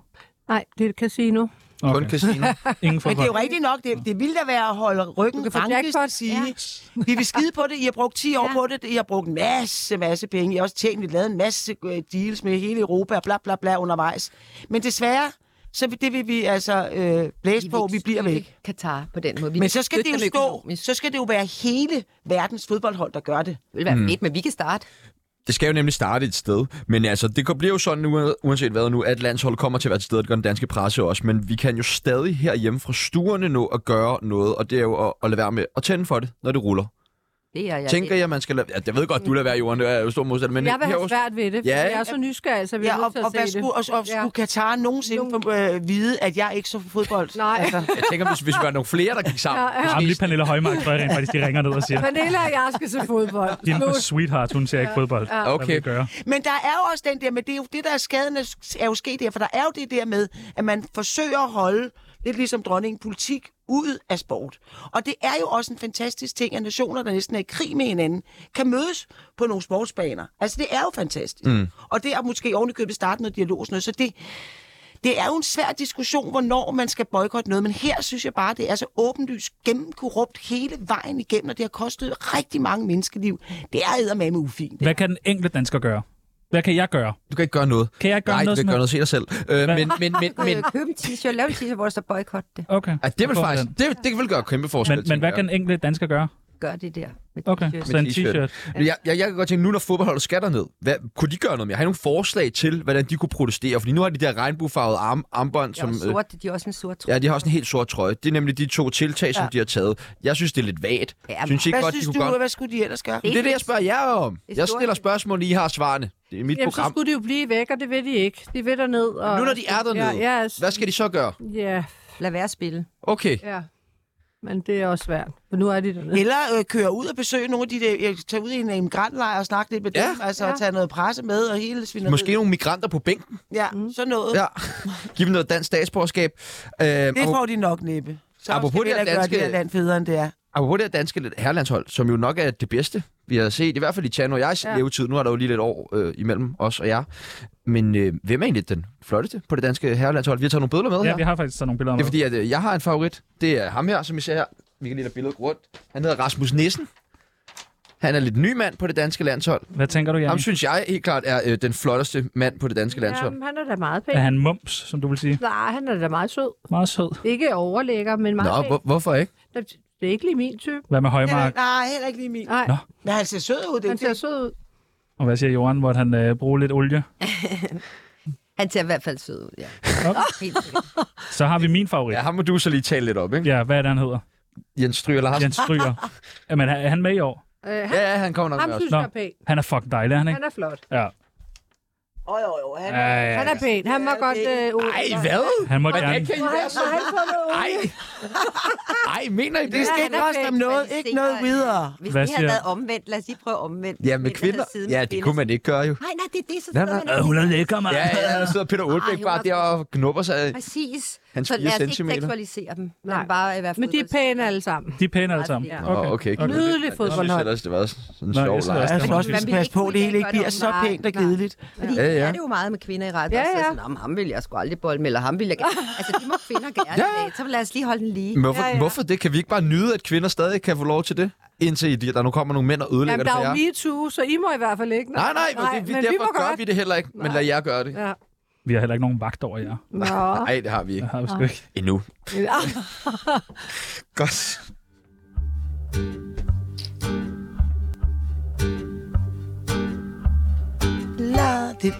D: nej, det er et casino.
B: Kun Christine.
C: Ingen
A: Men det er jo
C: fodbold.
A: rigtigt nok, det, det ville da være at holde ryggen
D: kan få
A: rankest
D: jackpot,
A: og sige, ja. vi vil skide på det, I har brugt 10 år
E: Ja.
A: ja. på det, I har brugt en masse, masse penge, I har også tjent, vi lavet en masse øh, deals med hele Europa og bla bla bla undervejs. Men desværre, så vil- det vil vi altså øh, blæse på, vi bliver væk.
E: Katar på den måde. Vi
A: Men så skal det
E: støtter
A: jo
E: dem
A: stå,
E: økonomisk.
A: så skal det jo være hele verdens fodboldhold, der gør det.
E: Det vil være
B: Mm.
E: fedt, men vi kan starte.
B: Det skal jo nemlig starte et sted, men altså, det kan- bliver jo sådan, nu, øh, uanset hvad nu, at landsholdet kommer til at være til stede, og det gør den danske presse også, men vi kan jo stadig herhjemme fra stuerne nå at gøre noget, og det er jo at, at lade være med at tænde for det, når det ruller.
E: Det er jeg.
B: Ja, Tænker jeg, man skal lade... Ja, jeg ved godt, du lader være, Johan, det er jo stor modstander, men
D: Jeg vil have
B: herovre-
D: svært ved det, for
B: Ja,
D: jeg er
B: ja.
D: så nysgerrig, så vi er
A: Ja,
D: nødt
A: og,
D: til
A: og,
D: at
A: hvad
D: se
A: skulle, og, og
D: Ja.
A: skulle Katar nogensinde få, øh, vide, at jeg ikke så fodbold?
D: det. Nej,
A: Altså.
B: jeg tænker, hvis, hvis vi var nogle flere, der gik sammen.
D: Ja, ja.
C: Jamen, lige Pernille Højmark, tror jeg rent faktisk, de ringer ned og
D: [laughs]
C: siger,
D: [laughs] Pernille og jeg skal se fodbold.
C: din
D: Slut.
C: sweetheart, hun ser ikke fodbold. Hvad vil
B: Okay.
C: vi gøre?
A: Men der er jo også den der med, det er jo det, der er skaden, er er jo sket der, for der er jo det der med, at man forsøger at holde, lidt ligesom dronningen, politik ud af sport. Og det er jo også en fantastisk ting, at nationer, der næsten er i krig med hinanden, kan mødes på nogle sportsbaner. Altså, det er jo fantastisk. Mm. Og det er måske ovenikøbet starte noget dialog og sådan noget, så det, det er jo en svær diskussion, hvornår man skal boykotte noget, men her synes jeg bare, det er så åbenlyst gennemkorrupt hele vejen igennem, og det har kostet rigtig mange menneskeliv. Det er eddermame ufint.
C: Hvad kan den enkelte dansker gøre? Hvad kan jeg gøre?
B: Du kan ikke gøre noget.
C: Kan jeg ikke gøre
B: Nej,
C: noget?
B: du kan
C: sådan
B: ikke gøre noget, se dig selv. Øh, men, men, men,
E: Men...
B: men,
E: Køb en t-shirt, lav en t-shirt, hvor der står boykot det.
C: Okay.
B: Ej, det vil
C: Hvorfor
B: faktisk,
C: den?
B: det, det vil gøre kæmpe forskel.
C: Men, men hvad
B: tænker
C: kan den enkelte dansker gøre?
E: Gør det der. Med
C: Okay,
E: t-shirt.
C: så en
B: Med t-shirt.
C: t-shirt.
B: Men Jeg, jeg, jeg kan godt tænke, nu når fodboldholdet skal derned, hvad, kunne de gøre noget mere? Har I nogle forslag til, hvordan de kunne protestere? Fordi nu har de der regnbuefarvede arm, armbånd,
E: Som,
B: som... øh,
E: sort, de er også en sort trøje.
B: Ja, de har også en helt sort trøje. Det er nemlig de to tiltag, som de har taget. Jeg synes, det er lidt vagt.
E: Ja,
B: synes I ikke
A: Hvad
B: godt,
A: synes
B: de
A: du,
B: kunne godt...
A: hvad skulle de ellers gøre?
B: Det er det, jeg spørger jer om.
E: er
B: Jeg
E: stort.
B: stiller spørgsmål, I har svarene. Det er mit
D: Jamen, så
B: program.
D: skulle de jo blive væk, og det vil de ikke. De vil derned. Og...
B: Nu når de er dernede,
D: Ja, ja, altså,
B: Hvad skal de så gøre?
D: ja,
E: Lad være at spille.
B: Okay.
D: ja. Men det er også svært, for nu er de dernede.
A: Eller øh, køre ud og besøge nogle af de der, øh, tage ud i en emigrantlejr og snakke lidt med
B: Ja.
A: ja. dem, altså
D: Ja.
A: ja. tage noget presse med og hele svineriet.
B: Måske nogle migranter på bænken.
A: Ja, mm. sådan noget. Ja.
B: Ja. Giv dem noget dansk statsborgerskab. Øh,
A: Det
B: og-
A: får de nok næppe. Så
B: Apropos
A: skal vi
B: det her
A: heller ikke gøre
B: danske-
A: det her land federe, end det er.
B: Apropos det her danske herrelandshold, som jo nok er det bedste, vi har set, i hvert fald i Tjano og jegs ja.
D: Ja.
B: levetid. Nu er der jo lige lidt år øh, imellem os og jer. Men øh, hvem er egentlig den flotteste på det danske herrelandshold? Vi har taget nogle bødler med
C: Ja,
B: her.
C: vi har faktisk taget nogle billeder
B: Det
C: med.
B: er fordi, at øh, jeg har en favorit. Det er ham her, som I ser her. Vi kan lige lade billedet gå rundt. Han hedder Rasmus Nissen. Han er lidt ny mand på det danske landshold.
C: Hvad tænker du,
B: Ham
C: Jan?
B: synes jeg helt klart er øh, den flotteste mand på det danske landshold.
D: Jamen, han er da meget pæn.
C: Er han mums, som du vil sige?
D: Nej, han er da meget sød.
C: Meget sød.
D: Ikke overlægger, men meget
B: Nå,
D: pæn.
B: hvor, hvorfor ikke?
D: Det er ikke lige min type.
C: Hvad med
A: Heller,
C: Højmark?
A: nej, heller ikke lige min.
D: Nej,
C: Nå.
A: Men han ser sød ud, det er
D: han
A: ikke
D: ser
A: det.
D: sød ud.
C: Og hvad siger Johan, hvor han øh, bruger lidt olie?
E: Han ser i hvert fald sød ud, ja.
C: Nå.
E: Helt sikkert.
C: Så har vi min favorit.
B: Ja, ham må du så lige tale lidt op, ikke?
C: Ja, hvad er det, han hedder?
B: Jens Stryger Larsen.
C: Jens
B: [laughs]
C: Stryger. Jamen, er er han med i år?
D: Øh, han,
B: Ja, ja, han kommer nok
D: ham
B: med os.
D: synes
C: Nå.
D: jeg er pæn.
C: Han er fucking dejlig, er han ikke?
D: Han er flot.
C: Ja.
A: Åh, jo, jo, han er...
C: Ej,
D: Han er pæn. Han må
A: Ja,
D: godt...
A: det-
D: Øh,
B: Ej,
D: Ej,
B: hvad?
C: han må
B: Hvordan
C: gerne...
B: kan I
D: han,
B: være så...
D: han får noget ud.
B: Ej. [laughs] Ej, mener I det?
A: Det skal
D: Ja,
A: ikke
D: han er
A: koste ham
D: pæn,
A: noget,
E: men
A: ikke
E: senere
A: noget
E: i-
A: videre.
E: Hvis
C: Hvad
E: det havde
C: siger-
E: været omvendt, lad os lige prøve omvendt.
B: Ja, med kvinder. Ja, det kunne man ikke gøre jo.
E: Nej, nej, det er det, så
B: Nej,
E: nej,
B: nej.
E: nej.
C: Øh, hun er lækker, mand.
B: Ja, ja, der sidder Peter Olbæk
E: Ej,
B: bare
E: hun
B: der
E: er-
B: og knupper sig.
E: Præcis.
B: Hans
E: så
B: fire
E: lad os ikke
B: centimeter.
E: seksualisere dem. Nej.
D: Nej.
E: Bare i hvert fald
D: Men de er pæne alle sammen.
C: De er pæne alle sammen.
E: Ja.
B: Nå, okay.
C: okay.
D: Nydelig
B: Jeg synes
D: fodboldhold.
B: ellers, det var sådan en
C: Nå,
B: sjov
C: jeg synes
B: leg.
C: også,
A: Jeg tror
C: Ja,
A: også, vi
E: man
A: Altså, skal
E: vil
A: passe
E: ikke
A: på, det hele
E: kunne
A: ikke
E: gøre det
A: bliver så
E: online.
A: pænt og
E: Nej.
A: kedeligt.
E: Fordi
B: Ja,
E: ja,
B: ja.
E: ja. er det jo meget med kvinder i ret.
D: Ja,
E: Ja, ja.
D: ja.
E: Sådan, "Nå, men ham vil jeg sgu aldrig bolle med, eller ham vil
B: [laughs]
E: jeg gerne. altså, det må kvinder gerne.
B: Ja, ja.
E: ja, ja. Så lad os lige holde den lige.
B: Men Hvorfor,
D: Ja, ja.
B: hvorfor det? Kan vi ikke bare nyde, at kvinder stadig kan få lov til det? Indtil de- der nu kommer nogle mænd og ødelægger det
D: Jamen, der
B: for
D: er jo
B: jer.
D: MeToo, så I må i hvert fald ikke.
B: Nej, nej, nej det, vi,
D: men
B: derfor
D: må
B: gør
D: godt.
B: vi det heller ikke. Men lad jer gøre det.
D: Ja.
C: Vi har heller ikke nogen vagt over jer.
D: Nå.
B: Nej, det har vi
C: Det
B: ikke.
C: har vi sgu ikke.
B: Endnu.
D: Ja.
B: Godt.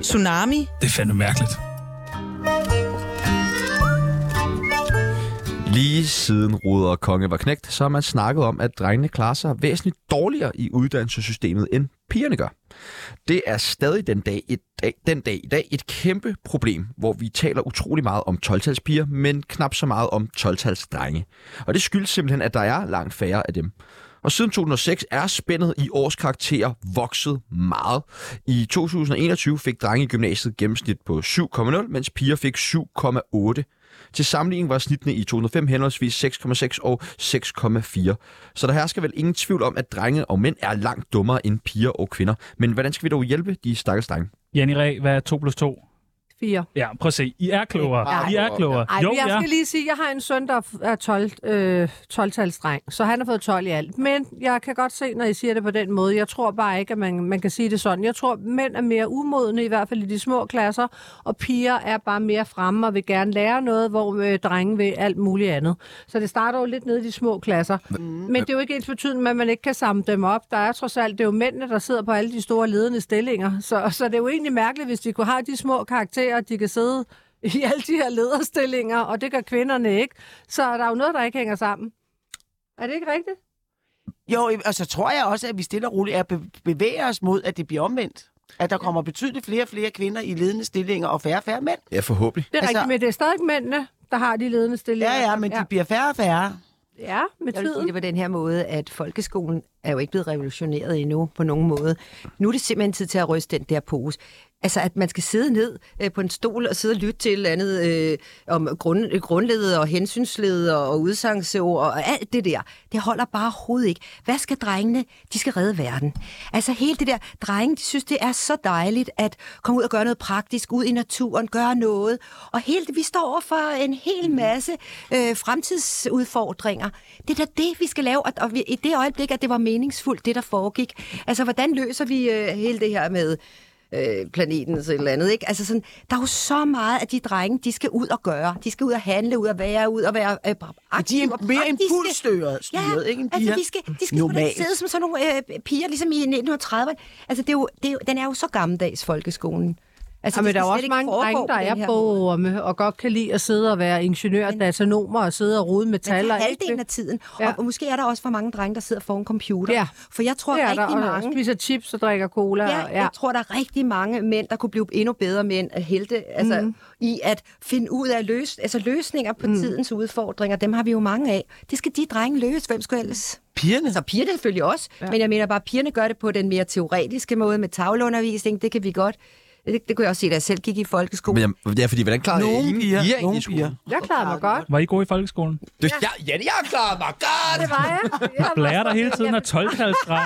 I: Tsunami.
C: Det er fandme mærkeligt.
B: Lige siden Ruder og Konge var knægt, så har man snakket om, at drengene klarer sig væsentligt dårligere i uddannelsessystemet, end pigerne gør. Det er stadig den dag, et dag, den dag i dag et kæmpe problem, hvor vi taler utrolig meget om 12-talspiger, men knap så meget om 12-talsdrenge. Og det skyldes simpelthen, at der er langt færre af dem. Og siden 2006 er spændet i års karakterer vokset meget. I 2021 fik drenge i gymnasiet gennemsnit på 7,0, mens piger fik 7,8. Til sammenligning var snittene i 2005 henholdsvis 6,6 og 6,4. Så der hersker vel ingen tvivl om, at drenge og mænd er langt dummere end piger og kvinder. Men hvordan skal vi dog hjælpe de stakkels drenge?
C: Jenny Ræ, hvad er 2 plus 2?
D: Fire.
C: Ja, prøv at se. I er klogere.
B: Ej.
C: I er klogere.
D: Ej,
C: Jo,
D: men jeg
C: ja.
D: skal lige sige, jeg har en søn, der er 12, øh, 12-talsdreng, så han har fået 12 i alt. Men jeg kan godt se, når I siger det på den måde, jeg tror bare ikke, at man, man kan sige det sådan. Jeg tror, mænd er mere umodne, i hvert fald i de små klasser, og piger er bare mere fremme og vil gerne lære noget, hvor øh, drenge vil alt muligt andet. Så det starter jo lidt nede i de små klasser. Men det er jo ikke ens betydende med, at man ikke kan samle dem op. Der er trods alt, det er jo mændene, der sidder på alle de store ledende stillinger. Så, så det er jo egentlig mærkeligt, hvis de kunne have de små karakterer, de kan sidde i [laughs] alle de her lederstillinger, og det gør kvinderne ikke. Så der er jo noget, der ikke hænger sammen. Er det ikke rigtigt?
A: Jo, og så tror jeg også, at vi stille og roligt er be- bevæger os mod, at det bliver omvendt. At der kommer betydeligt flere og flere kvinder i ledende stillinger og færre og færre mænd.
B: Ja, forhåbentlig.
D: Det er
A: Altså-
D: altså, rigtigt, men det er stadig mændene, der har de ledende stillinger.
A: Ja, ja, men de
D: ja.
A: bliver færre og færre.
D: ja med
E: Jeg vil sige
D: tiden.
E: det på den her måde, at folkeskolen er jo ikke blevet revolutioneret endnu på nogen måde. Nu er det simpelthen tid til at ryste den der pose. Altså, at man skal sidde ned øh, på en stol og sidde og lytte til et eller andet øh, om grund, øh, grundleder og hensynsleder og udsangsord og alt det der. Det holder bare overhovedet ikke. Hvad skal drengene? De skal redde verden. Altså, hele det der, drenge, de synes, det er så dejligt at komme ud og gøre noget praktisk, ud i naturen, gøre noget. Og helt, vi står over for en
A: Mhm.
E: hel masse øh, fremtidsudfordringer. Det er da det, vi skal lave, og, og vi, i det øjeblik, at det var meningsfuldt, det der foregik. Altså, hvordan løser vi øh, hele det her med øh, planeten så et eller andet, ikke? Altså sådan, der er jo så meget, at de drenge, de skal ud og gøre. De skal ud og handle, ud og være, ud og være øh,
A: De
E: aktive.
A: er
E: og
A: mere
E: praktiske.
A: impulsstyret, styret, ikke? end De
E: altså,
A: her
E: de skal, de skal sgu da
A: normalt.
E: ikke sidde som sådan nogle øh, piger, ligesom i 1930'erne. Altså, det er jo, det er jo, den er jo så gammeldags, folkeskolen. Altså,
D: Ja,
E: det
D: men der er
E: skal
D: jo
E: slet
D: også
E: ikke
D: mange
E: foregå
D: drenge,
E: på
D: der
E: den
D: er
E: her måde.
D: bogorme og godt kan lide at sidde og være ingeniør, datanomer og sidde og rode med
E: Men
D: tal.
E: det
D: og
E: er
D: alt
E: halvdelen af
D: det.
E: tiden.
D: Ja.
E: Og, og måske er der også for mange drenge, der sidder foran computer.
D: Ja.
E: For jeg tror
D: Det er der,
E: rigtig
D: og- og
E: mange...
D: spiser chips og drikker cola.
E: Ja,
D: og-
E: jeg tror, der er rigtig mange mænd, der kunne blive endnu bedre mænd at helte, altså, mm. i at finde ud af løs, altså løsninger på mm. tidens udfordringer. Dem har vi jo mange af. Det skal de drenge løse. Hvem skulle ellers?
A: Pigerne.
E: Så pigerne selvfølgelig også, ja. men jeg mener bare, at pigerne gør det på den mere teoretiske måde med tavleundervisning. Det kan vi godt Det, det kunne jeg også se, da jeg selv gik i folkeskole.
B: Men jeg, ja, fordi hvordan klarer
A: Nogle
B: I I
A: piger,
B: er egentlig
A: nogle
B: i skolen.
A: piger.
D: Jeg klarede mig godt.
C: Var I gode i folkeskolen?
B: Det, jeg, ja, jeg klarer mig godt.
D: Det var
E: [laughs]
D: jeg. jeg
C: Blærer der hele tiden af 12 og...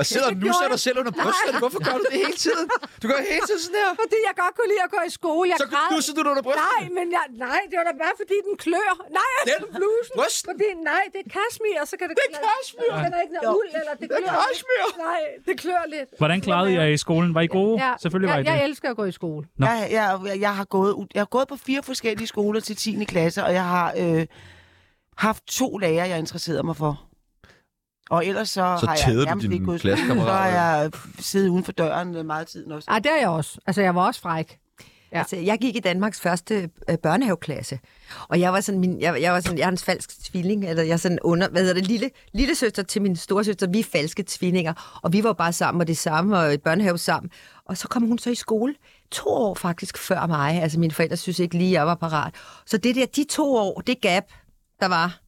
B: Og sidder nu sætter dig selv under brysterne. Hvorfor gør du det hele tiden? Du gør hele tiden sådan her.
D: Fordi jeg godt kunne lide at gå i skole. Jeg
B: Så
D: græd.
B: knusser du den under brysterne.
D: Nej, men jeg, nej, det var da bare fordi den klør. Nej, den blusen.
B: brysten.
D: Fordi, nej, det er kasmir, så kan det... Det er kasmir. Så kan der ikke noget uld, eller det klør. Det er kasmir. Nej, det klør lidt.
C: Hvordan klarede I jer i skolen? Var I gode? Selvfølgelig
D: jeg,
C: var I
D: jeg
C: det.
D: elsker at gå i skole.
C: Nå.
A: Jeg, jeg, jeg, jeg, har gået, ud- jeg har gået på fire forskellige skoler til 10. klasse, og jeg har øh, haft to lærere, jeg interesserede mig for. Og ellers så,
B: Så
A: har
B: tædede
A: jeg
B: du øh?
A: nærmest
B: dine
A: ikke gået i skole. Så
B: klassekammerater.
A: har jeg siddet uden for døren øh, meget tid også.
D: Ej, det er jeg også. Altså, jeg var også fræk. Ja.
E: Altså, jeg gik i Danmarks første øh, børnehaveklasse, og jeg var sådan, min, jeg, jeg var sådan, jeg er en falsk tvilling, eller jeg er sådan under, hvad hedder det, lille, lille søster til min storesøster, vi er falske tvillinger, og vi var bare sammen og det samme, og i børnehave sammen. Og så kom hun så i skole, to år faktisk før mig, altså mine forældre synes ikke lige, jeg var parat. Så det der, de to år, det gap, der var,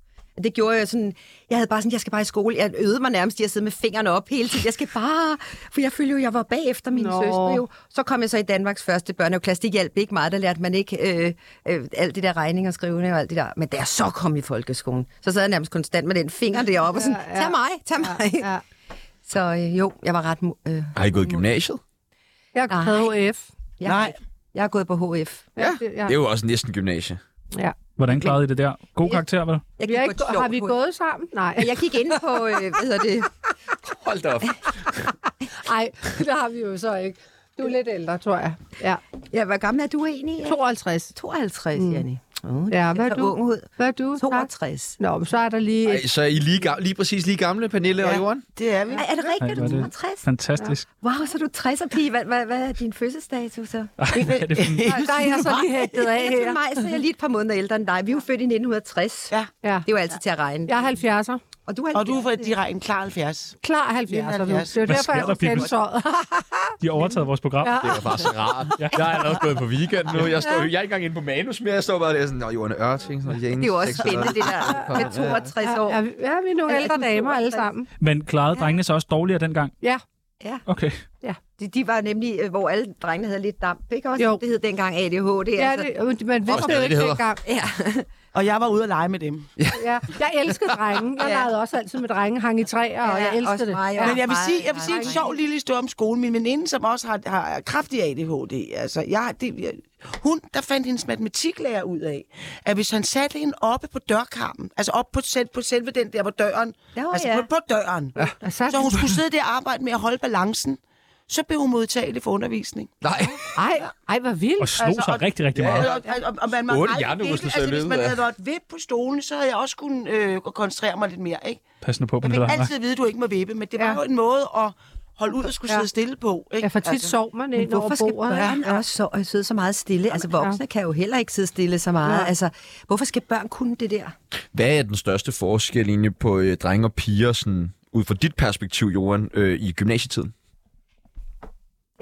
E: det gjorde jeg sådan, jeg havde bare sådan, jeg skal bare i skole. Jeg øvede mig nærmest i at sidde med fingrene op hele tiden. Jeg skal bare, for jeg følte jo, jeg var bagefter min
D: Nå.
E: søster jo. Så kom jeg så i Danmarks første børnehaveklasse. Det hjalp ikke meget, der lærte man ikke øh, øh, alt det der regning og skrivende og alt det der. Men da jeg så kom i folkeskolen, så sad jeg nærmest konstant med den finger deroppe og sådan,
D: Ja, ja.
E: tag mig, tag mig.
D: Ja.
E: Så øh, jo, jeg var ret... mo- Øh,
B: Har I gået i gymnasiet?
D: Jeg
E: Nej.
D: havde HF.
E: jeg,
A: Nej.
E: Jeg er gået på HF.
D: Ja, det- ja.
B: Det er jo også næsten gymnasie.
C: Hvordan klarede I det der? God karakter, vel?
E: Jeg
D: Vi
E: gik
D: har,
E: på et
D: ikke,
E: sjovt
D: har vi
E: H F.
D: gået sammen? Nej.
E: Jeg gik ind på, øh, hvad hedder det,
B: Hold da op.
D: Nej, [laughs] det har vi jo så ikke. Du er lidt ældre, tror jeg. Ja.
E: ja, hvor gammel er du egentlig?
D: 52.
E: 52, mm. Janni. Oh,
D: Ja, hvad er
E: ser
D: du?
E: Ung ud.
D: Hvad er du? Tak.
E: 62.
D: Nå, men så er der lige...
C: [laughs]
B: Ej, så er I lige, ga- lige præcis lige gamle, Pernille og Johan?
A: Det er vi.
E: Ej, er det rigtigt,
C: Ej,
E: at du
C: hvor
E: er
C: er det-
E: 60?
C: Fantastisk.
E: Wow, så er du 60'er pige. Hvad, hvad, hvad er din fødselsdato så?
C: Ej, hvad er det for en-
D: Der, der er jeg så lige hægtet af
E: Ja, til
D: her.
E: mig, så er jeg lige et par måneder ældre end dig. Vi er jo født i 1960.
A: Ja.
D: Ja.
E: Det er jo altid til at regne.
D: Jeg er 70'er.
E: Og du er,
A: [laughs] Og du er fra direkte en klar 70.
D: Klar 70'er nu. Det er
C: Hvad
D: jo derfor, jeg
C: sker der,
D: er
C: Pibels?
D: tændsåret.
C: De har overtaget vores program.
D: Ja.
B: Det er bare så rart. Jeg er allerede gået på weekend nu. Jeg, står, jeg er ikke engang inde på manus mere. Jeg står bare der sådan, Nå, Johan Ørting. Sådan,
E: det er jo også spændende, det der med 62
D: Ja,
E: år.
D: ja, vi- ja, vi er nogle
E: Ja,
D: ældre
E: de er
D: damer alle
E: 62.
D: sammen.
C: Men klarede drengene så også dårligere dengang?
D: Ja.
E: Ja.
C: Okay.
E: De, de var nemlig, øh, hvor alle drengene havde lidt damp, ikke også?
D: Jo.
E: Det hed dengang ADHD.
D: Ja,
E: altså.
D: det, man
B: Også
D: vidste
B: det,
D: jo
B: det
D: ikke
B: hedder.
D: dengang.
E: Ja.
A: Og jeg var ude at lege med dem.
D: Ja. Jeg elskede drenge. Jeg
E: Ja.
D: legede også altid med drenge, hang i træer, og
E: Ja,
D: jeg
E: også
D: elskede det.
E: mig,
D: Ja.
E: også.
A: Men jeg vil
E: Nej,
A: sige, jeg vil
E: nej,
A: sige en
E: nej.
A: sjov lille historie om skolen. Min veninde, som også har, har kraftig ADHD, altså, jeg, det, jeg, hun, der fandt hendes matematiklærer ud af, at hvis han satte hende oppe på dørkarmen, altså op på, selv, på selve den der, hvor døren,
E: Nå,
A: altså
E: ja.
A: på, på døren, ja.
D: Og så,
A: så hun skulle sidde der og arbejde med at holde balancen, så blev hun modtagelig for undervisning.
B: Nej,
D: ej, ej, hvor vildt.
C: Og slog
A: Altså,
C: sig
A: og-
C: rigtig, rigtig meget.
A: Og, og, og, og man, man
B: Otte
A: aldrig virkelig-
B: hjernerystelser i
A: altså, hvis
B: løbet
A: man
B: af-
A: havde været vippe på stolen, så havde jeg også kunnet øh, koncentrere mig lidt mere, ikke?
C: Passende på,
A: Jeg
C: Pernille.
A: fik
C: Hammer.
A: altid at vide, at du ikke må vippe, men det var
D: Ja.
A: ja. jo en måde at holde ud og skulle
D: Ja.
A: ja. sidde stille på. Ikke? Altså,
D: Ja, for tit sov man
E: Altså, Men
D: ind over
E: hvorfor skal
D: bordet.
E: børn også så, sidde så meget stille? Altså, voksne kan jo heller ikke sidde stille så
D: Nej.
E: meget. Altså, hvorfor skal børn kunne det der?
B: Hvad er den største forskel egentlig på øh, drenge og piger, sådan, ud fra dit perspektiv, Johan, øh, i gymnasietiden?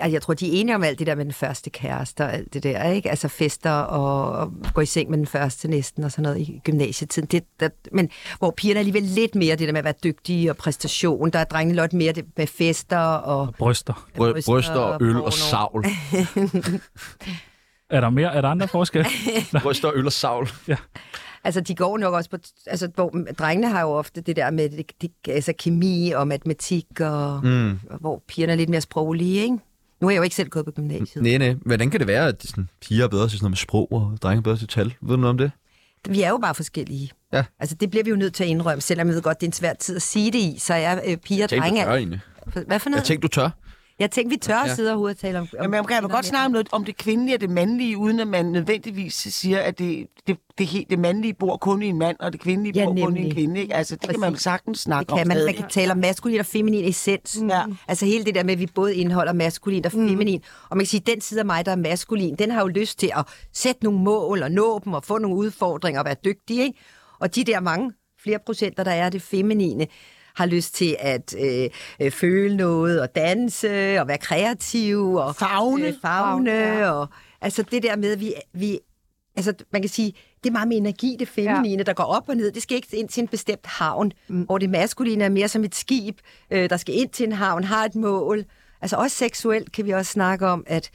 E: Altså, jeg tror, de er enige om alt det der med den første kæreste og alt det der, ikke? Altså fester og, og gå i seng med den første næsten og sådan noget i gymnasietiden. Det, der, men hvor pigerne er alligevel lidt mere det der med at være dygtige og præstation. Der er drengene lidt mere det med fester og...
C: Bryster.
B: Bry-
E: Bryster
B: bryster og
E: og
B: øl og
E: porno. [laughs]
B: savl.
C: Er der mere? Er der andre forskelle?
B: Bryster, øl og savl.
E: Altså, de går nok også på... Altså, hvor drengene har jo ofte det der med det, det, altså, kemi og matematik, og, mm. og hvor pigerne er lidt mere sproglige, ikke? Nu har jeg jo ikke selv gået på gymnasiet.
B: Nej, nej. Hvordan kan det være, at sådan, piger er bedre til sådan noget med sprog, og drenge er bedre til tal? Ved du noget om det?
E: Vi er jo bare forskellige.
B: Ja.
E: Altså, det bliver vi jo nødt til at indrømme, selvom jeg ved godt, det er en svær tid at sige det i, så er øh, piger og
B: Jeg tænkte,
E: drenge...
B: du tør egentlig.
E: Hvad for noget?
B: Jeg tænkte, du tør.
E: Jeg tænkte, vi tør
B: Ja.
E: at sidde og hovedet tale om... om
A: Jamen, man kan jo godt snakke om, noget, om det kvindelige og det mandlige, uden at man nødvendigvis siger, at det, det, det, helt, det mandlige bor kun i en mand, og det kvindelige
E: Ja,
A: ja, bor kun i en
E: nemlig.
A: kvinde. Ikke? Altså, det kan man vel
E: Præcis.
A: sagtens snakke
E: Det kan
A: om
E: man. Man
A: stadig.
E: kan tale om maskulin og feminin essens.
A: Ja. Mm.
E: Altså hele det der med, at vi både indeholder maskulin og feminin. Og man kan sige, at den side af mig, der er maskulin, den har jo lyst til at sætte nogle mål og nå dem og få nogle udfordringer og være dygtig. Ikke? Og de der mange flere procenter, der er af det feminine, har lyst til at øh, øh, føle noget og danse og være kreativ og
A: Favne.
E: Øh,
D: Favne,
E: fagne ja. og altså det der med, at vi, vi altså man kan sige, det er meget med energi, det feminine, ja. der går op og ned. Det skal ikke ind til en bestemt havn, mm. hvor det maskuline er mere som et skib, øh, der skal ind til en havn, har et mål. Altså også seksuelt kan vi også snakke om, at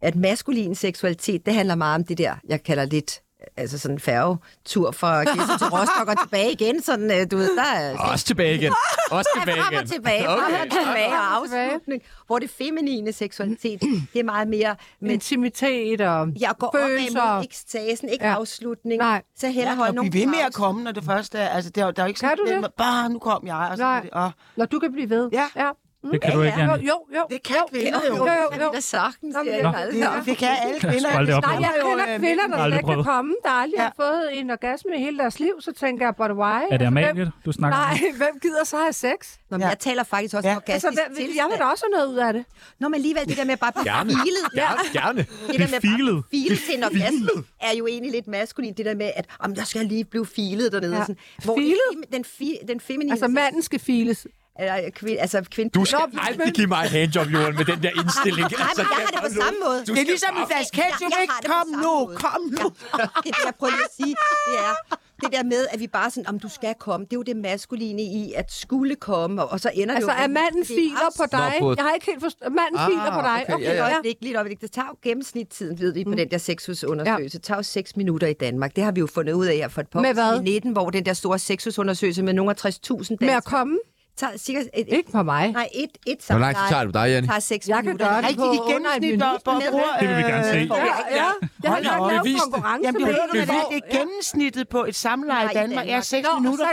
E: at maskulin seksualitet, det handler meget om det der, jeg kalder lidt altså sådan en færgetur fra Gæsser til Rostock og tilbage igen, sådan, øh, du ved, der er
B: Også tilbage igen. Også tilbage
E: frem
B: igen.
E: og Ah, tilbage, frem og tilbage og afslutning, hvor det feminine seksualitet, det er meget mere med
D: Intimitet og
E: jeg går
D: følelser.
E: op imod ekstasen, ikke ja.
D: Ja.
E: afslutning.
D: Nej.
E: Så hellere
A: Jeg
E: holde
A: kan
E: nogle
A: blive ved med at
E: pauser.
A: komme, når det første er... Altså, der, der er jo ikke
D: Kan
A: sådan
D: du
A: den
D: det?
A: med, Bare, nu kom jeg. Og sådan
D: Nej.
A: noget. Og,
D: Når du kan blive ved.
A: Ja.
D: ja.
C: Det kan du ikke,
D: Jo,
C: Anne.
D: jo, jo.
A: det kan kvinder jo.
D: Jo, jo, jo.
E: Det er sagtens.
D: Nå, men
E: siger
D: det-
E: jeg.
A: Det, det kan
C: [laughs]
A: alle kvinder.
C: Hold det op.
D: Nej, jeg
A: Jo,
D: kender
A: øh,
D: kvinder, der
C: Aldrig
D: slet ikke kan
C: prøvet.
D: komme, der aldrig har
A: Ja.
D: fået en orgasme i hele deres liv, så tænker jeg, but why?
C: Er det
D: Altså, hvem-
C: Amalie, du snakker
D: Nej,
C: om?
D: hvem gider så have sex?
E: Nå, men
A: Ja.
E: jeg taler faktisk også
A: Ja.
E: om
D: Altså,
E: orgastisk
D: hvem, jeg vil da også have noget ud af det.
E: Nå, men alligevel det der med bare at
B: Gerne.
E: blive filet.
B: Gerne, gerne.
E: [laughs] Det der med
C: Filet.
E: bare filet til en orgasme er jo egentlig lidt maskulin. Det der med, at om jeg skal lige blive filet dernede.
D: Ja.
E: Ja. Sådan, hvor det
D: Filet?
E: fem- den, fi, den feminine...
D: Altså, manden skal files.
E: Eller, kvinde, altså kvinde...
B: Du skal
E: Nå, men-
B: aldrig give mig en handjob, Johan, med den der indstilling.
E: [laughs] Nej, men jeg har det på samme måde.
A: Det er ligesom en flaske ketchup,
E: Jeg- jeg
A: ikke?
E: har det på
A: Kom
E: samme
A: nu,
E: måde.
A: kom nu.
E: det, er det, jeg prøver lige at sige, det er det der med, at vi bare sådan, om du skal komme, det er jo det maskuline i, at skulle komme, og, og så ender
D: Altså,
E: det jo...
D: er manden
E: Det er
D: filer på
E: bare-
D: dig?
B: Nå, på-
D: Jeg har ikke helt forstået. Manden
B: Ah,
D: filer på dig.
B: okay,
D: Okay,
E: Lidt
D: ja.
E: øjeblik, lidt øjeblik. Det tager jo gennemsnittstiden, ved vi,
D: Mm.
E: på den der sexhusundersøgelse. Det tager jo seks minutter i Danmark. Det har vi jo fundet ud af her for et par
D: Med
E: år
D: hvad?
E: siden i 19, hvor den der store sexhusundersøgelse med nogle af 60.000
D: Med at
E: danskere
D: komme?
E: tager cirka et, et,
D: Ikke på mig.
E: nej, et, et
B: Hvor lang tid tager det på dig, Janne?
E: tager seks
D: Jeg kan
E: minutter.
D: gøre det
A: Rigtig i
D: på under et
A: gennemsnit,
D: minut.
A: og og bruger...
C: Det vil vi gerne se.
D: Ja, ja. Jeg har
A: Hold da
D: nok
A: op.
D: lavet
B: Bevis
D: en
B: det.
D: konkurrence
A: Jamen, det,
D: med
A: er
D: det.
A: det, det, det er gennemsnittet på et samleje
E: Nej,
A: i
E: i
A: Danmark. Ja,
E: Danmark.
A: 6
D: Nå,
A: minutter.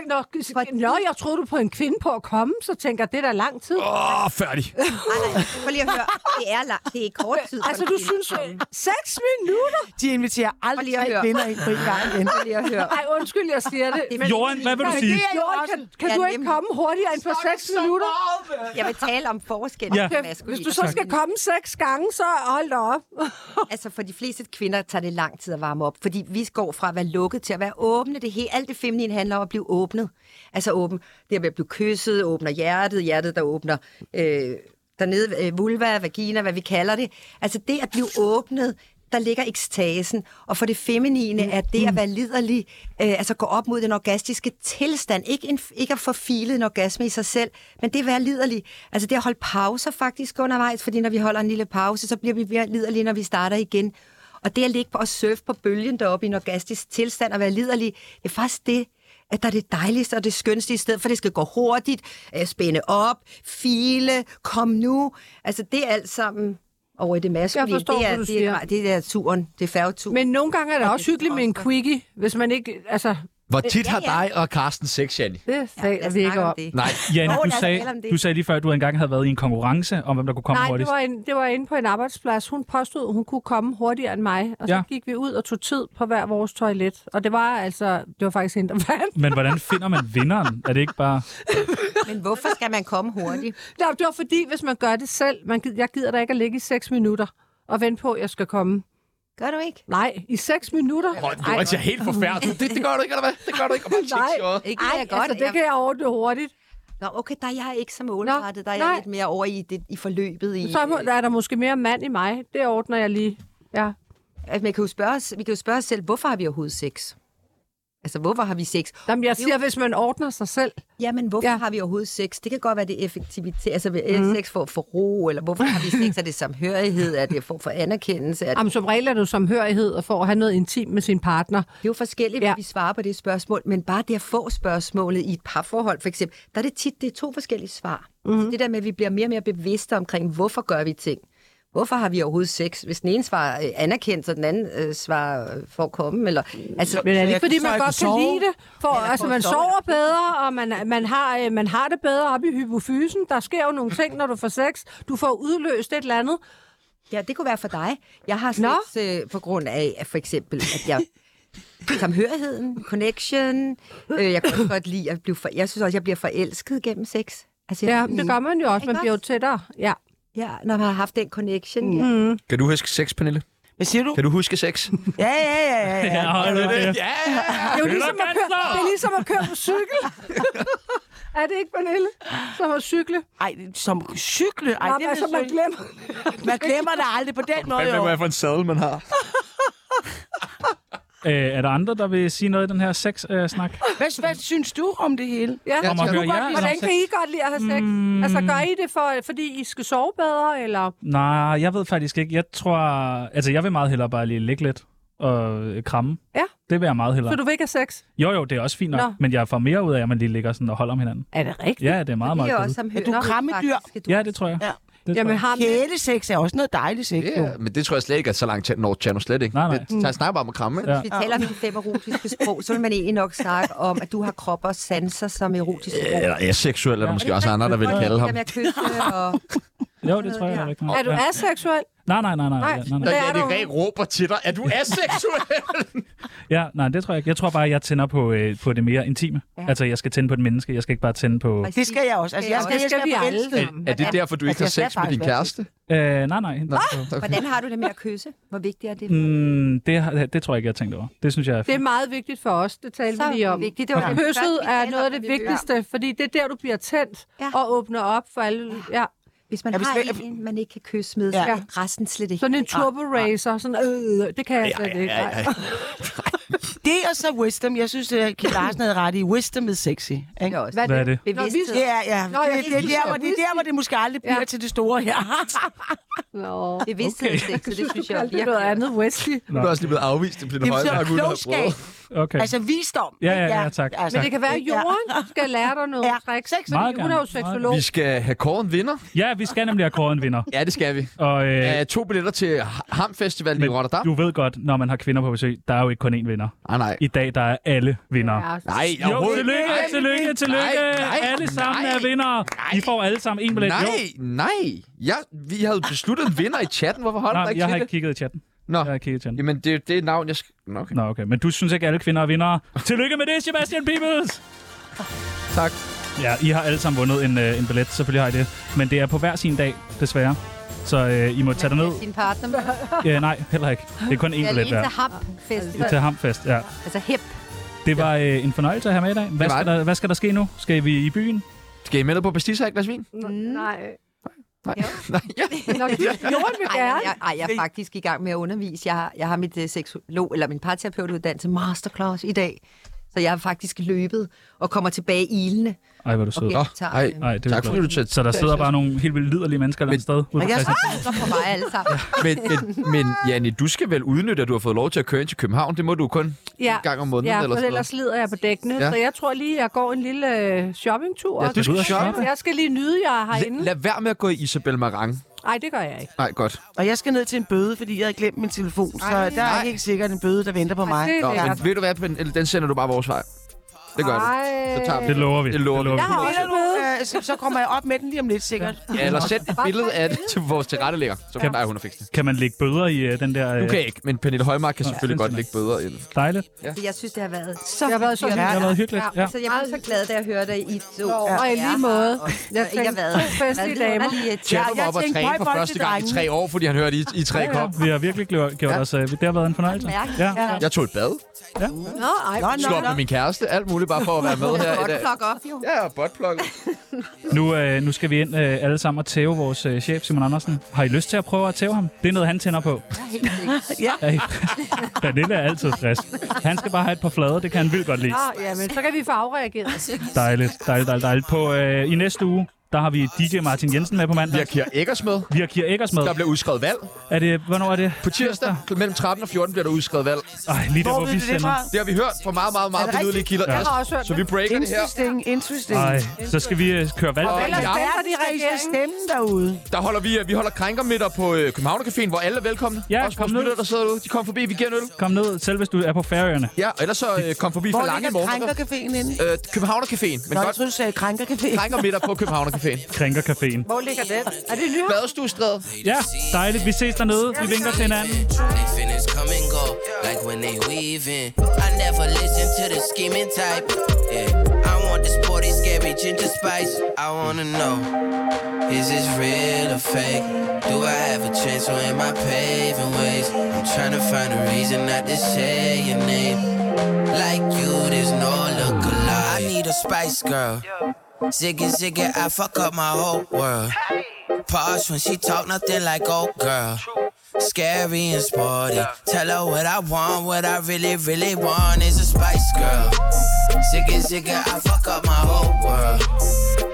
D: Så, nå, nå, jeg troede du på en kvinde på at komme, så tænker jeg, det er da lang tid.
B: Åh, oh, færdig.
E: Nej, nej, prøv lige at høre. Det er, lang, det er kort tid. for
D: Altså,
E: en
D: du synes,
E: kvinde at komme.
D: seks minutter?
A: De inviterer aldrig
E: lige at
A: tre
E: høre.
A: kvinder ind på en gang igen.
E: Prøv lige at høre.
D: Nej, undskyld, jeg siger det.
C: Johan, hvad vil du
D: Nej,
C: sige?
D: det er jo også- Kan, kan
E: Ja,
D: du ikke
E: nemlig.
D: komme hurtigere end på seks minutter?
E: Jeg vil tale om forskellen
C: Ja.
E: ja. på maskulin
D: Hvis du
E: og
D: så skal komme seks gange, så hold da op.
E: Altså for de fleste kvinder tager det lang tid at varme op, fordi vi går fra at være lukket til at være åbne. Det hele, alt det feminine handler om at blive åbnet. Altså åben, det med at blive kysset, åbner hjertet, hjertet der åbner øh, dernede, øh, vulva, vagina, hvad vi kalder det. Altså det at blive åbnet, der ligger ekstasen. Og for det feminine
D: Mm.
E: er det at være liderlig, øh, altså gå op mod den orgastiske tilstand. Ikke, en, ikke at få filet en orgasme i sig selv, men det at være liderlig. Altså det at holde pauser faktisk undervejs, fordi når vi holder en lille pause, så bliver vi mere liderlige, når vi starter igen. Og det at ligge på og surfe på bølgen deroppe i en orgastisk tilstand og være liderlig, det er faktisk det, at der er det dejligste og det skønste, i stedet for at det skal gå hurtigt, øh, spænde op, file, kom nu. Altså det er alt sammen over i det maskuline.
D: Jeg forstår,
E: det er,
D: hvad du
E: det er,
D: siger.
E: det er turen, det er færgeturen.
D: Men nogle gange er det også hyggeligt med en quickie, hvis man ikke... Altså,
B: Hvor tit har
E: ja.
B: dig og Carsten sex, Janne?
D: det taler
E: lad os
D: vi
E: snakke
D: ikke
E: om
D: om.
E: det.
B: Nej.
C: Janne,
E: Nå,
C: du
E: lad os tale om
C: sagde,
E: det.
C: du sagde lige før, at du engang havde været i en konkurrence om, hvem der kunne komme
D: Nej, det
C: hurtigst.
D: var, en, det var inde på en arbejdsplads. Hun påstod, at hun kunne komme hurtigere end mig. Og så
C: Ja.
D: gik vi ud og tog tid på hver vores toilet. Og det var altså... Det var faktisk hende, der vandt.
C: Men hvordan finder man vinderen? Er det ikke bare...
E: Men hvorfor skal man komme hurtigt?
D: Nå, det var fordi, hvis man gør det selv... Man, gid- jeg gider da ikke at ligge i seks minutter og vente på, at jeg skal komme.
E: Gør du ikke?
D: Nej, i seks minutter?
B: Åh, det var altså helt forfærdeligt. Det, det gør du ikke, eller hvad? Det gør du ikke. Og bare tjek,
D: Nej.
B: så.
E: Ikke
D: Ej,
E: jeg godt.
D: altså, det kan jeg ordne hurtigt.
E: Nå, okay, der er jeg ikke så målrettet. Der er jeg
D: nej.
E: lidt mere over i, det, i forløbet. I,
D: Så er må- er der måske mere mand i mig. Det ordner jeg lige. Ja.
E: Altså, man kan jo spørge os, vi kan jo spørge os selv, hvorfor har vi overhovedet sex? Altså, hvorfor har vi sex?
D: Jamen, jeg siger, hvis man ordner sig selv.
E: Jamen, hvorfor
D: Ja. Mhm.
E: ja. har vi overhovedet sex? Det kan godt være, det er effektivitet. Altså, mm. sex for, for ro, eller hvorfor har vi sex? Er det samhørighed? Er det for, for anerkendelse? Er det,
D: Jamen, som regel er det jo samhørighed og for at have noget intimt med sin partner.
E: det er jo forskelligt, ja.
D: Ja.
E: hvad vi svarer på det spørgsmål, men bare det at få spørgsmålet i et parforhold, for eksempel, der er det tit det er to forskellige svar.
D: Mhm.
E: Mm. Det der med, at vi bliver mere og mere bevidste omkring, hvorfor gør vi ting? Hvorfor har vi overhovedet sex? Hvis den ene svarer øh, anerkendt, og den anden øh, svarer øh, for at komme, eller... Altså,
D: Men er det
A: jeg-
D: ikke, fordi
A: så
D: man
A: jeg
D: godt
A: kan
D: kan
A: sove?
D: lide det? For, altså,
E: for
D: man
E: at sove.
D: sover bedre, og man, man, har, øh, man har det bedre oppe i hypofysen. Der sker jo nogle ting, når du får sex. Du får udløst et eller andet.
E: Ja, det kunne være for dig. Jeg har
D: Nå.
E: sex øh, på grund af, at for eksempel, at jeg... Samhørigheden, connection. Øh, jeg kan også godt lide at blive for... Jeg synes også, jeg bliver forelsket gennem sex. Altså,
D: Ja,
E: jeg,
D: det gør man jo også.
E: Ikke
D: Man bliver jo
E: også?
D: tættere. Ja.
E: Ja, når man har haft den connection. Mm. Ja.
B: Kan du huske sex, Pernille?
A: Hvad siger du?
B: Kan du huske [laughs] sex?
A: Ja, ja, ja, ja. ja.
C: hold det.
B: Ja, ja.
D: Det er jo ligesom at køre, det er ligesom at køre på
E: [laughs]
D: cykel. er det ikke, Pernille? Som at cykle.
A: Ej, som cykle. Ej,
D: Ej,
A: det er
D: altså, man
A: så-
D: glemmer.
A: man glemmer det aldrig på den måde.
B: Hvad
A: jo.
B: er det for en sadel, man har?
C: Øh, er der andre, der vil sige noget i den her sex-snak?
A: Hvad, hvad synes du om det hele?
D: Ja,
C: Kom og hør jer om
D: hvordan
C: sex.
D: kan I godt lide at have sex? Mm. Altså, gør I det, for, fordi I skal sove bedre, eller?
C: Nej, jeg ved faktisk ikke. Jeg tror... Altså, jeg vil meget hellere bare lige ligge lidt og øh, kramme.
D: Ja.
C: Det vil jeg meget hellere.
D: Så du vil ikke have sex?
C: Jo, jo, det er også fint nok.
D: Nå.
C: Men jeg får mere ud af, at man lige ligger sådan og holder om hinanden.
D: Er det rigtigt?
C: Ja, det er meget,
E: Vi
C: meget
E: er
C: cool.
E: også
A: Er du krammedyr?
C: Ja, det tror jeg.
A: Ja.
C: Det
D: Jamen,
C: tror jeg.
D: har man...
A: Kælesex er også noget dejligt sex.
B: Det
A: jo.
B: er, men det tror jeg slet ikke er så langt til, når Tjerno slet ikke.
C: Nej, nej.
B: Det, så jeg snakker bare om at kramme.
C: Ja.
B: Ja.
E: Hvis vi taler om de fem erotiske sprog, så vil man egentlig nok snakke om, at du har krop og sanser som erotisk sprog.
B: Eller aseksuel, er der måske også andre, der vil
E: Og
B: kalde ham.
E: Det der med at kysse og...
C: Jo, det tror jeg. Er
D: Er du aseksuel?
C: Nej, nej, nej, nej.
D: Nej.
C: Nej, nej, nej.
B: Der,
D: Hvad
B: ja,
D: er
B: de
D: du?
B: rent råber til dig, er du aseksuel?
C: Ja, nej, det tror jeg ikke. Jeg tror bare, jeg tænder på, øh, på det mere intime. Ja.
E: Ja.
C: Altså, jeg skal tænde på et menneske. Jeg skal ikke bare tænde på...
A: [laughs] Det skal jeg også. Altså, jeg skal,
D: Det
A: jeg
D: skal
A: skal
D: vi
A: være
D: alle
A: forelsket.
B: [laughs]
D: sammen.
B: er det derfor, du ikke
A: Altså,
B: har
A: jeg
B: sex
A: skal
B: med din
A: faktisk være
B: kæreste?
C: Øh, nej, nej.
B: Nå.
E: Hvordan har du det med at kysse? Hvor vigtigt er det?
C: Mm, det, har- det tror jeg ikke, jeg har tænkt over. Det synes jeg er
D: Det
C: fint.
D: er meget vigtigt for os, det talte
E: Så
D: vi lige om.
E: vigtigt. Det var det
D: Kysset
E: første, vi
D: er
E: talte
D: noget af
E: om,
D: det
E: da vi blev
D: vigtigste, fordi det er der, du bliver tændt
E: Ja.
D: og åbner op for alle. Ja.
E: Hvis man
A: Ja, hvis
E: har
A: man-
E: en, man ikke kan kysse med, så
A: Ja.
E: ja. resten slet ikke.
D: Sådan en
B: Ah,
D: turbo racer, sådan, øh, det kan jeg slet ikke. Nej.
A: Det og så wisdom. Jeg synes, at Kim Larsen havde ret i. Wisdom is sexy. Ikke?
E: også.
C: Hvad er det?
E: Bevidsthed.
A: Ja, ja.
D: Nå, jeg
A: Det, det, er der, hvor, det er der, hvor det måske aldrig bliver
D: Ja.
A: til det store her.
D: Nå.
E: Bevidsthed okay. sex, det
A: [laughs]
E: synes jeg
D: [laughs] Det er noget andet Wesley.
B: Du er også lige blevet afvist, det
A: Det
B: bliver
A: er
B: højere.
A: så klogskab.
C: Okay.
A: Altså visdom.
C: Ja, ja, ja, tak.
A: Altså,
D: Men det kan være, at Jorden skal lære dig nogle
A: Ja.
D: tricks.
A: Sex
D: fordi
C: Meget
D: Hun er jo
C: gerne.
D: seksolog.
B: Vi skal have kåren vinder.
C: Ja, vi skal nemlig have kåret en vinder.
B: Ja, det skal vi.
C: Og, øh,
B: Øh, to billetter til Ha- Ham Festival i
C: men
B: Rotterdam. Ah,
C: du ved godt, når man har kvinder på besøg, der er jo ikke kun én vinder.
B: Nej, nej.
C: I dag, der er alle vinder.
D: Ja.
B: Nej,
C: Jo,
B: overhovedet.
C: tillykke,
B: Nej,
C: tillykke, tillykke.
B: Nej, nej,
C: alle sammen
B: nej,
C: er vinder. I får alle sammen en billet. Jo.
B: Nej, nej. Jeg, vi havde besluttet en vinder i chatten. Hvorfor holder du
C: Nej,
B: dig
C: jeg
B: ikke
C: har
B: til
C: ikke
B: det?
C: kigget i chatten.
B: Nå,
C: Jeg har ikke kigget i chatten.
B: jamen det, det er navn, jeg skal... Nå, okay.
C: Nå, okay. Men du synes ikke, alle kvinder er vindere. Tillykke med det, Sebastian Peebles!
B: Tak.
C: Ja, I har alle sammen vundet en, øh, en billet, selvfølgelig har I det. Men det er på hver sin dag, desværre. Så øh, I må tage derned.
E: Din partner med
C: Ja, nej, heller ikke. Det er kun én
E: det er
C: billet
E: alene
C: hver.
E: til hamfest.
C: Til hamfest, ja.
E: Altså hep.
C: Det var øh, en fornøjelse at have med i dag. Hvad,
B: Det var
C: skal der, hvad skal der ske nu? Skal vi i byen?
B: Skal I med ned på Pastis og et glas vin?
D: Nej.
B: Nej. nej. Ja.
D: Nå, Jorden vil
E: Ej,
D: gerne.
E: jeg, ej, jeg er faktisk i gang med at undervise. Jeg har, jeg har mit uh, seksolog, eller min parterapeutuddannelse masterclass i dag. Så jeg har faktisk løbet og kommer tilbage ilende.
C: Ej, hvor er du sød.
E: Okay.
B: Nå,
E: Tak.
B: ej.
D: øh,
C: Ej, det er
B: Tak fordi
C: godt.
B: du tager
C: Så der sidder bare nogle helt vildt liderlige mennesker et eller andet sted. Ude på
A: Og jeg-
C: Christiansborg.
E: Så for mig alle
D: [laughs]
E: sammen.
B: Men, men, men Janne, du skal vel udnytte, at du har fået lov til at køre ind til København. Det må du kun
D: Ja.
B: en gang om måneden
D: Ja,
B: eller
D: for
B: sådan
D: ellers
B: noget.
D: lider jeg på dækkene.
B: Ja.
D: Ja. Så jeg tror lige, jeg går en lille øh, shoppingtur.
B: Ja,
D: og-
B: du
C: ud
B: skal
C: at
B: shoppe.
C: shoppe.
D: Jeg skal lige nyde, jeg er herinde.
B: Lad, lad være med at gå i Isabel Marang.
D: Nej, det gør jeg ikke.
B: Nej, godt.
A: Og jeg skal ned til en bøde, fordi jeg havde glemt min telefon. Så der er helt sikkert en bøde, der venter på mig.
D: det
B: Nå,
D: er
B: men
D: lækkert.
B: ved du hvad, Pernille, den sender du bare vores vej. Det gør du. Så tager vi.
C: Det lover vi.
B: Det lover vi.
D: Jeg har også en bøde.
A: Øh, så- Så kommer jeg op med den lige om lidt, sikkert.
B: Ja, eller send et billede af det til vores tilrettelægger. Så kan dig, hun har fikset det.
C: Kan man lægge bøder i øh, den der... Øh,
B: Du kan ikke, men Pernille Højmark kan selvfølgelig
C: Ja.
B: godt lægge bøder ind.
C: Dejligt.
E: Så jeg synes, det har været så
D: Det har været så
C: Det har
D: hyggeligt.
C: været hyggeligt. Ja.
E: Så jeg var så glad, da jeg hørte, at I to
D: Ja. Og i lige måde.
E: Jeg
D: Jeg
E: ikke har
D: tænkte,
E: været
D: to festlige damer.
E: damer.
B: Tjerno var
A: jeg
B: oppe og
A: tænkte,
B: træne for
A: boy, boy
B: første
A: til
B: gang i
A: drengene.
B: tre år, fordi han hørte, I, I tre
C: Ja,
B: kom.
C: ja. Vi har virkelig gjort gjort os... Øh, det har været en fornøjelse. Ja.
B: Jeg tog et bad,
D: Nå, ej.
A: Nå,
B: slog op med min kæreste, alt muligt bare for at
E: [laughs]
B: være med her i dag.
E: Fuck off, jo.
B: Ja, buttplug.
C: Nu, øh, nu skal vi ind øh, alle sammen og tæve vores øh, chef, Simon Andersen. Har I lyst til at prøve at tæve ham? Det er noget, han tænder på. [laughs] Ja, helt Pernille er altid frisk. Han skal bare have et par flader, det kan han vildt godt lide.
B: Ah.
D: Nå, jamen, så kan vi få afreageret.
C: Dejligt, dejligt, dejligt, dejligt. På, øh, I næste uge, der har vi DJ Martin Jensen med på
B: Vi
C: mandag.
B: har Kira Eggers med.
C: Vi har Kira Eggers med.
B: Der bliver udskrevet valg.
C: Er det, hvornår er det?
B: På tirsdag mellem 13 og 14 bliver der udskrevet valg.
C: Ej, lige der,
A: Hvor
C: hvor
A: ved
C: vi
A: du det fra?
C: sender.
B: Det har vi hørt fra meget, meget, meget
A: Er det
B: benydelige kilder.
D: Jeg har også hørt
B: Så vi breaker det her.
A: Interesting, interesting.
C: Ej, så skal vi øh, køre valg.
B: Og i
D: Ellers
B: aften,
D: vælter de
A: I skal
D: regeringen.
A: stemme derude.
B: der holder vi, øh, vi holder krænkermiddag på øh, Københavnercaféen, hvor alle er velkomne.
C: Ja,
B: Også
C: kom
B: vores
C: ned.
B: lyttere, der sidder derude. De kommer forbi, vi giver en øl.
C: Kom ned, selv hvis du er på færøerne.
B: Ja, og ellers så øh, kom forbi
A: Hvor
B: for lange i
A: ligger
B: morgen.
A: Krænkercaféen inde?
B: Øh, Københavnercaféen, men
A: Nå, jeg
B: godt
A: troede, du sagde Krænkercaféen.
B: krænkermiddag på Københavnercaféen.
C: Krænker caféen.
D: Hvor ligger den? Er det nyheder?
B: Badestuestræde.
C: Ja, dejligt. Vi ses dernede. Vi vinker til hinanden.
I: They finish come and go, like when they weaving. I never listen to the scheming type. Yeah, I want the sporty, scary ginger spice. I wanna know, is this real or fake? Do I have a chance or am I paving ways? I'm trying to find a reason not to say your name. Like you, there's no look alike. I need a spice girl. Ziggy, ziggy, I fuck up my whole world. Pause when she talk, nothing like old girl. scary and sporty. Tell her what I want, what I really, really want is a Spice Girl. Sick and sick, and I fuck up my whole world.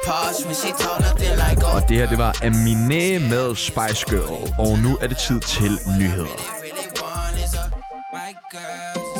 I: Pause when she talk nothing like oh.
B: Og det her, det var Aminé med Spice Girl. Og nu er det tid til nyheder.
I: Really want is a my girl.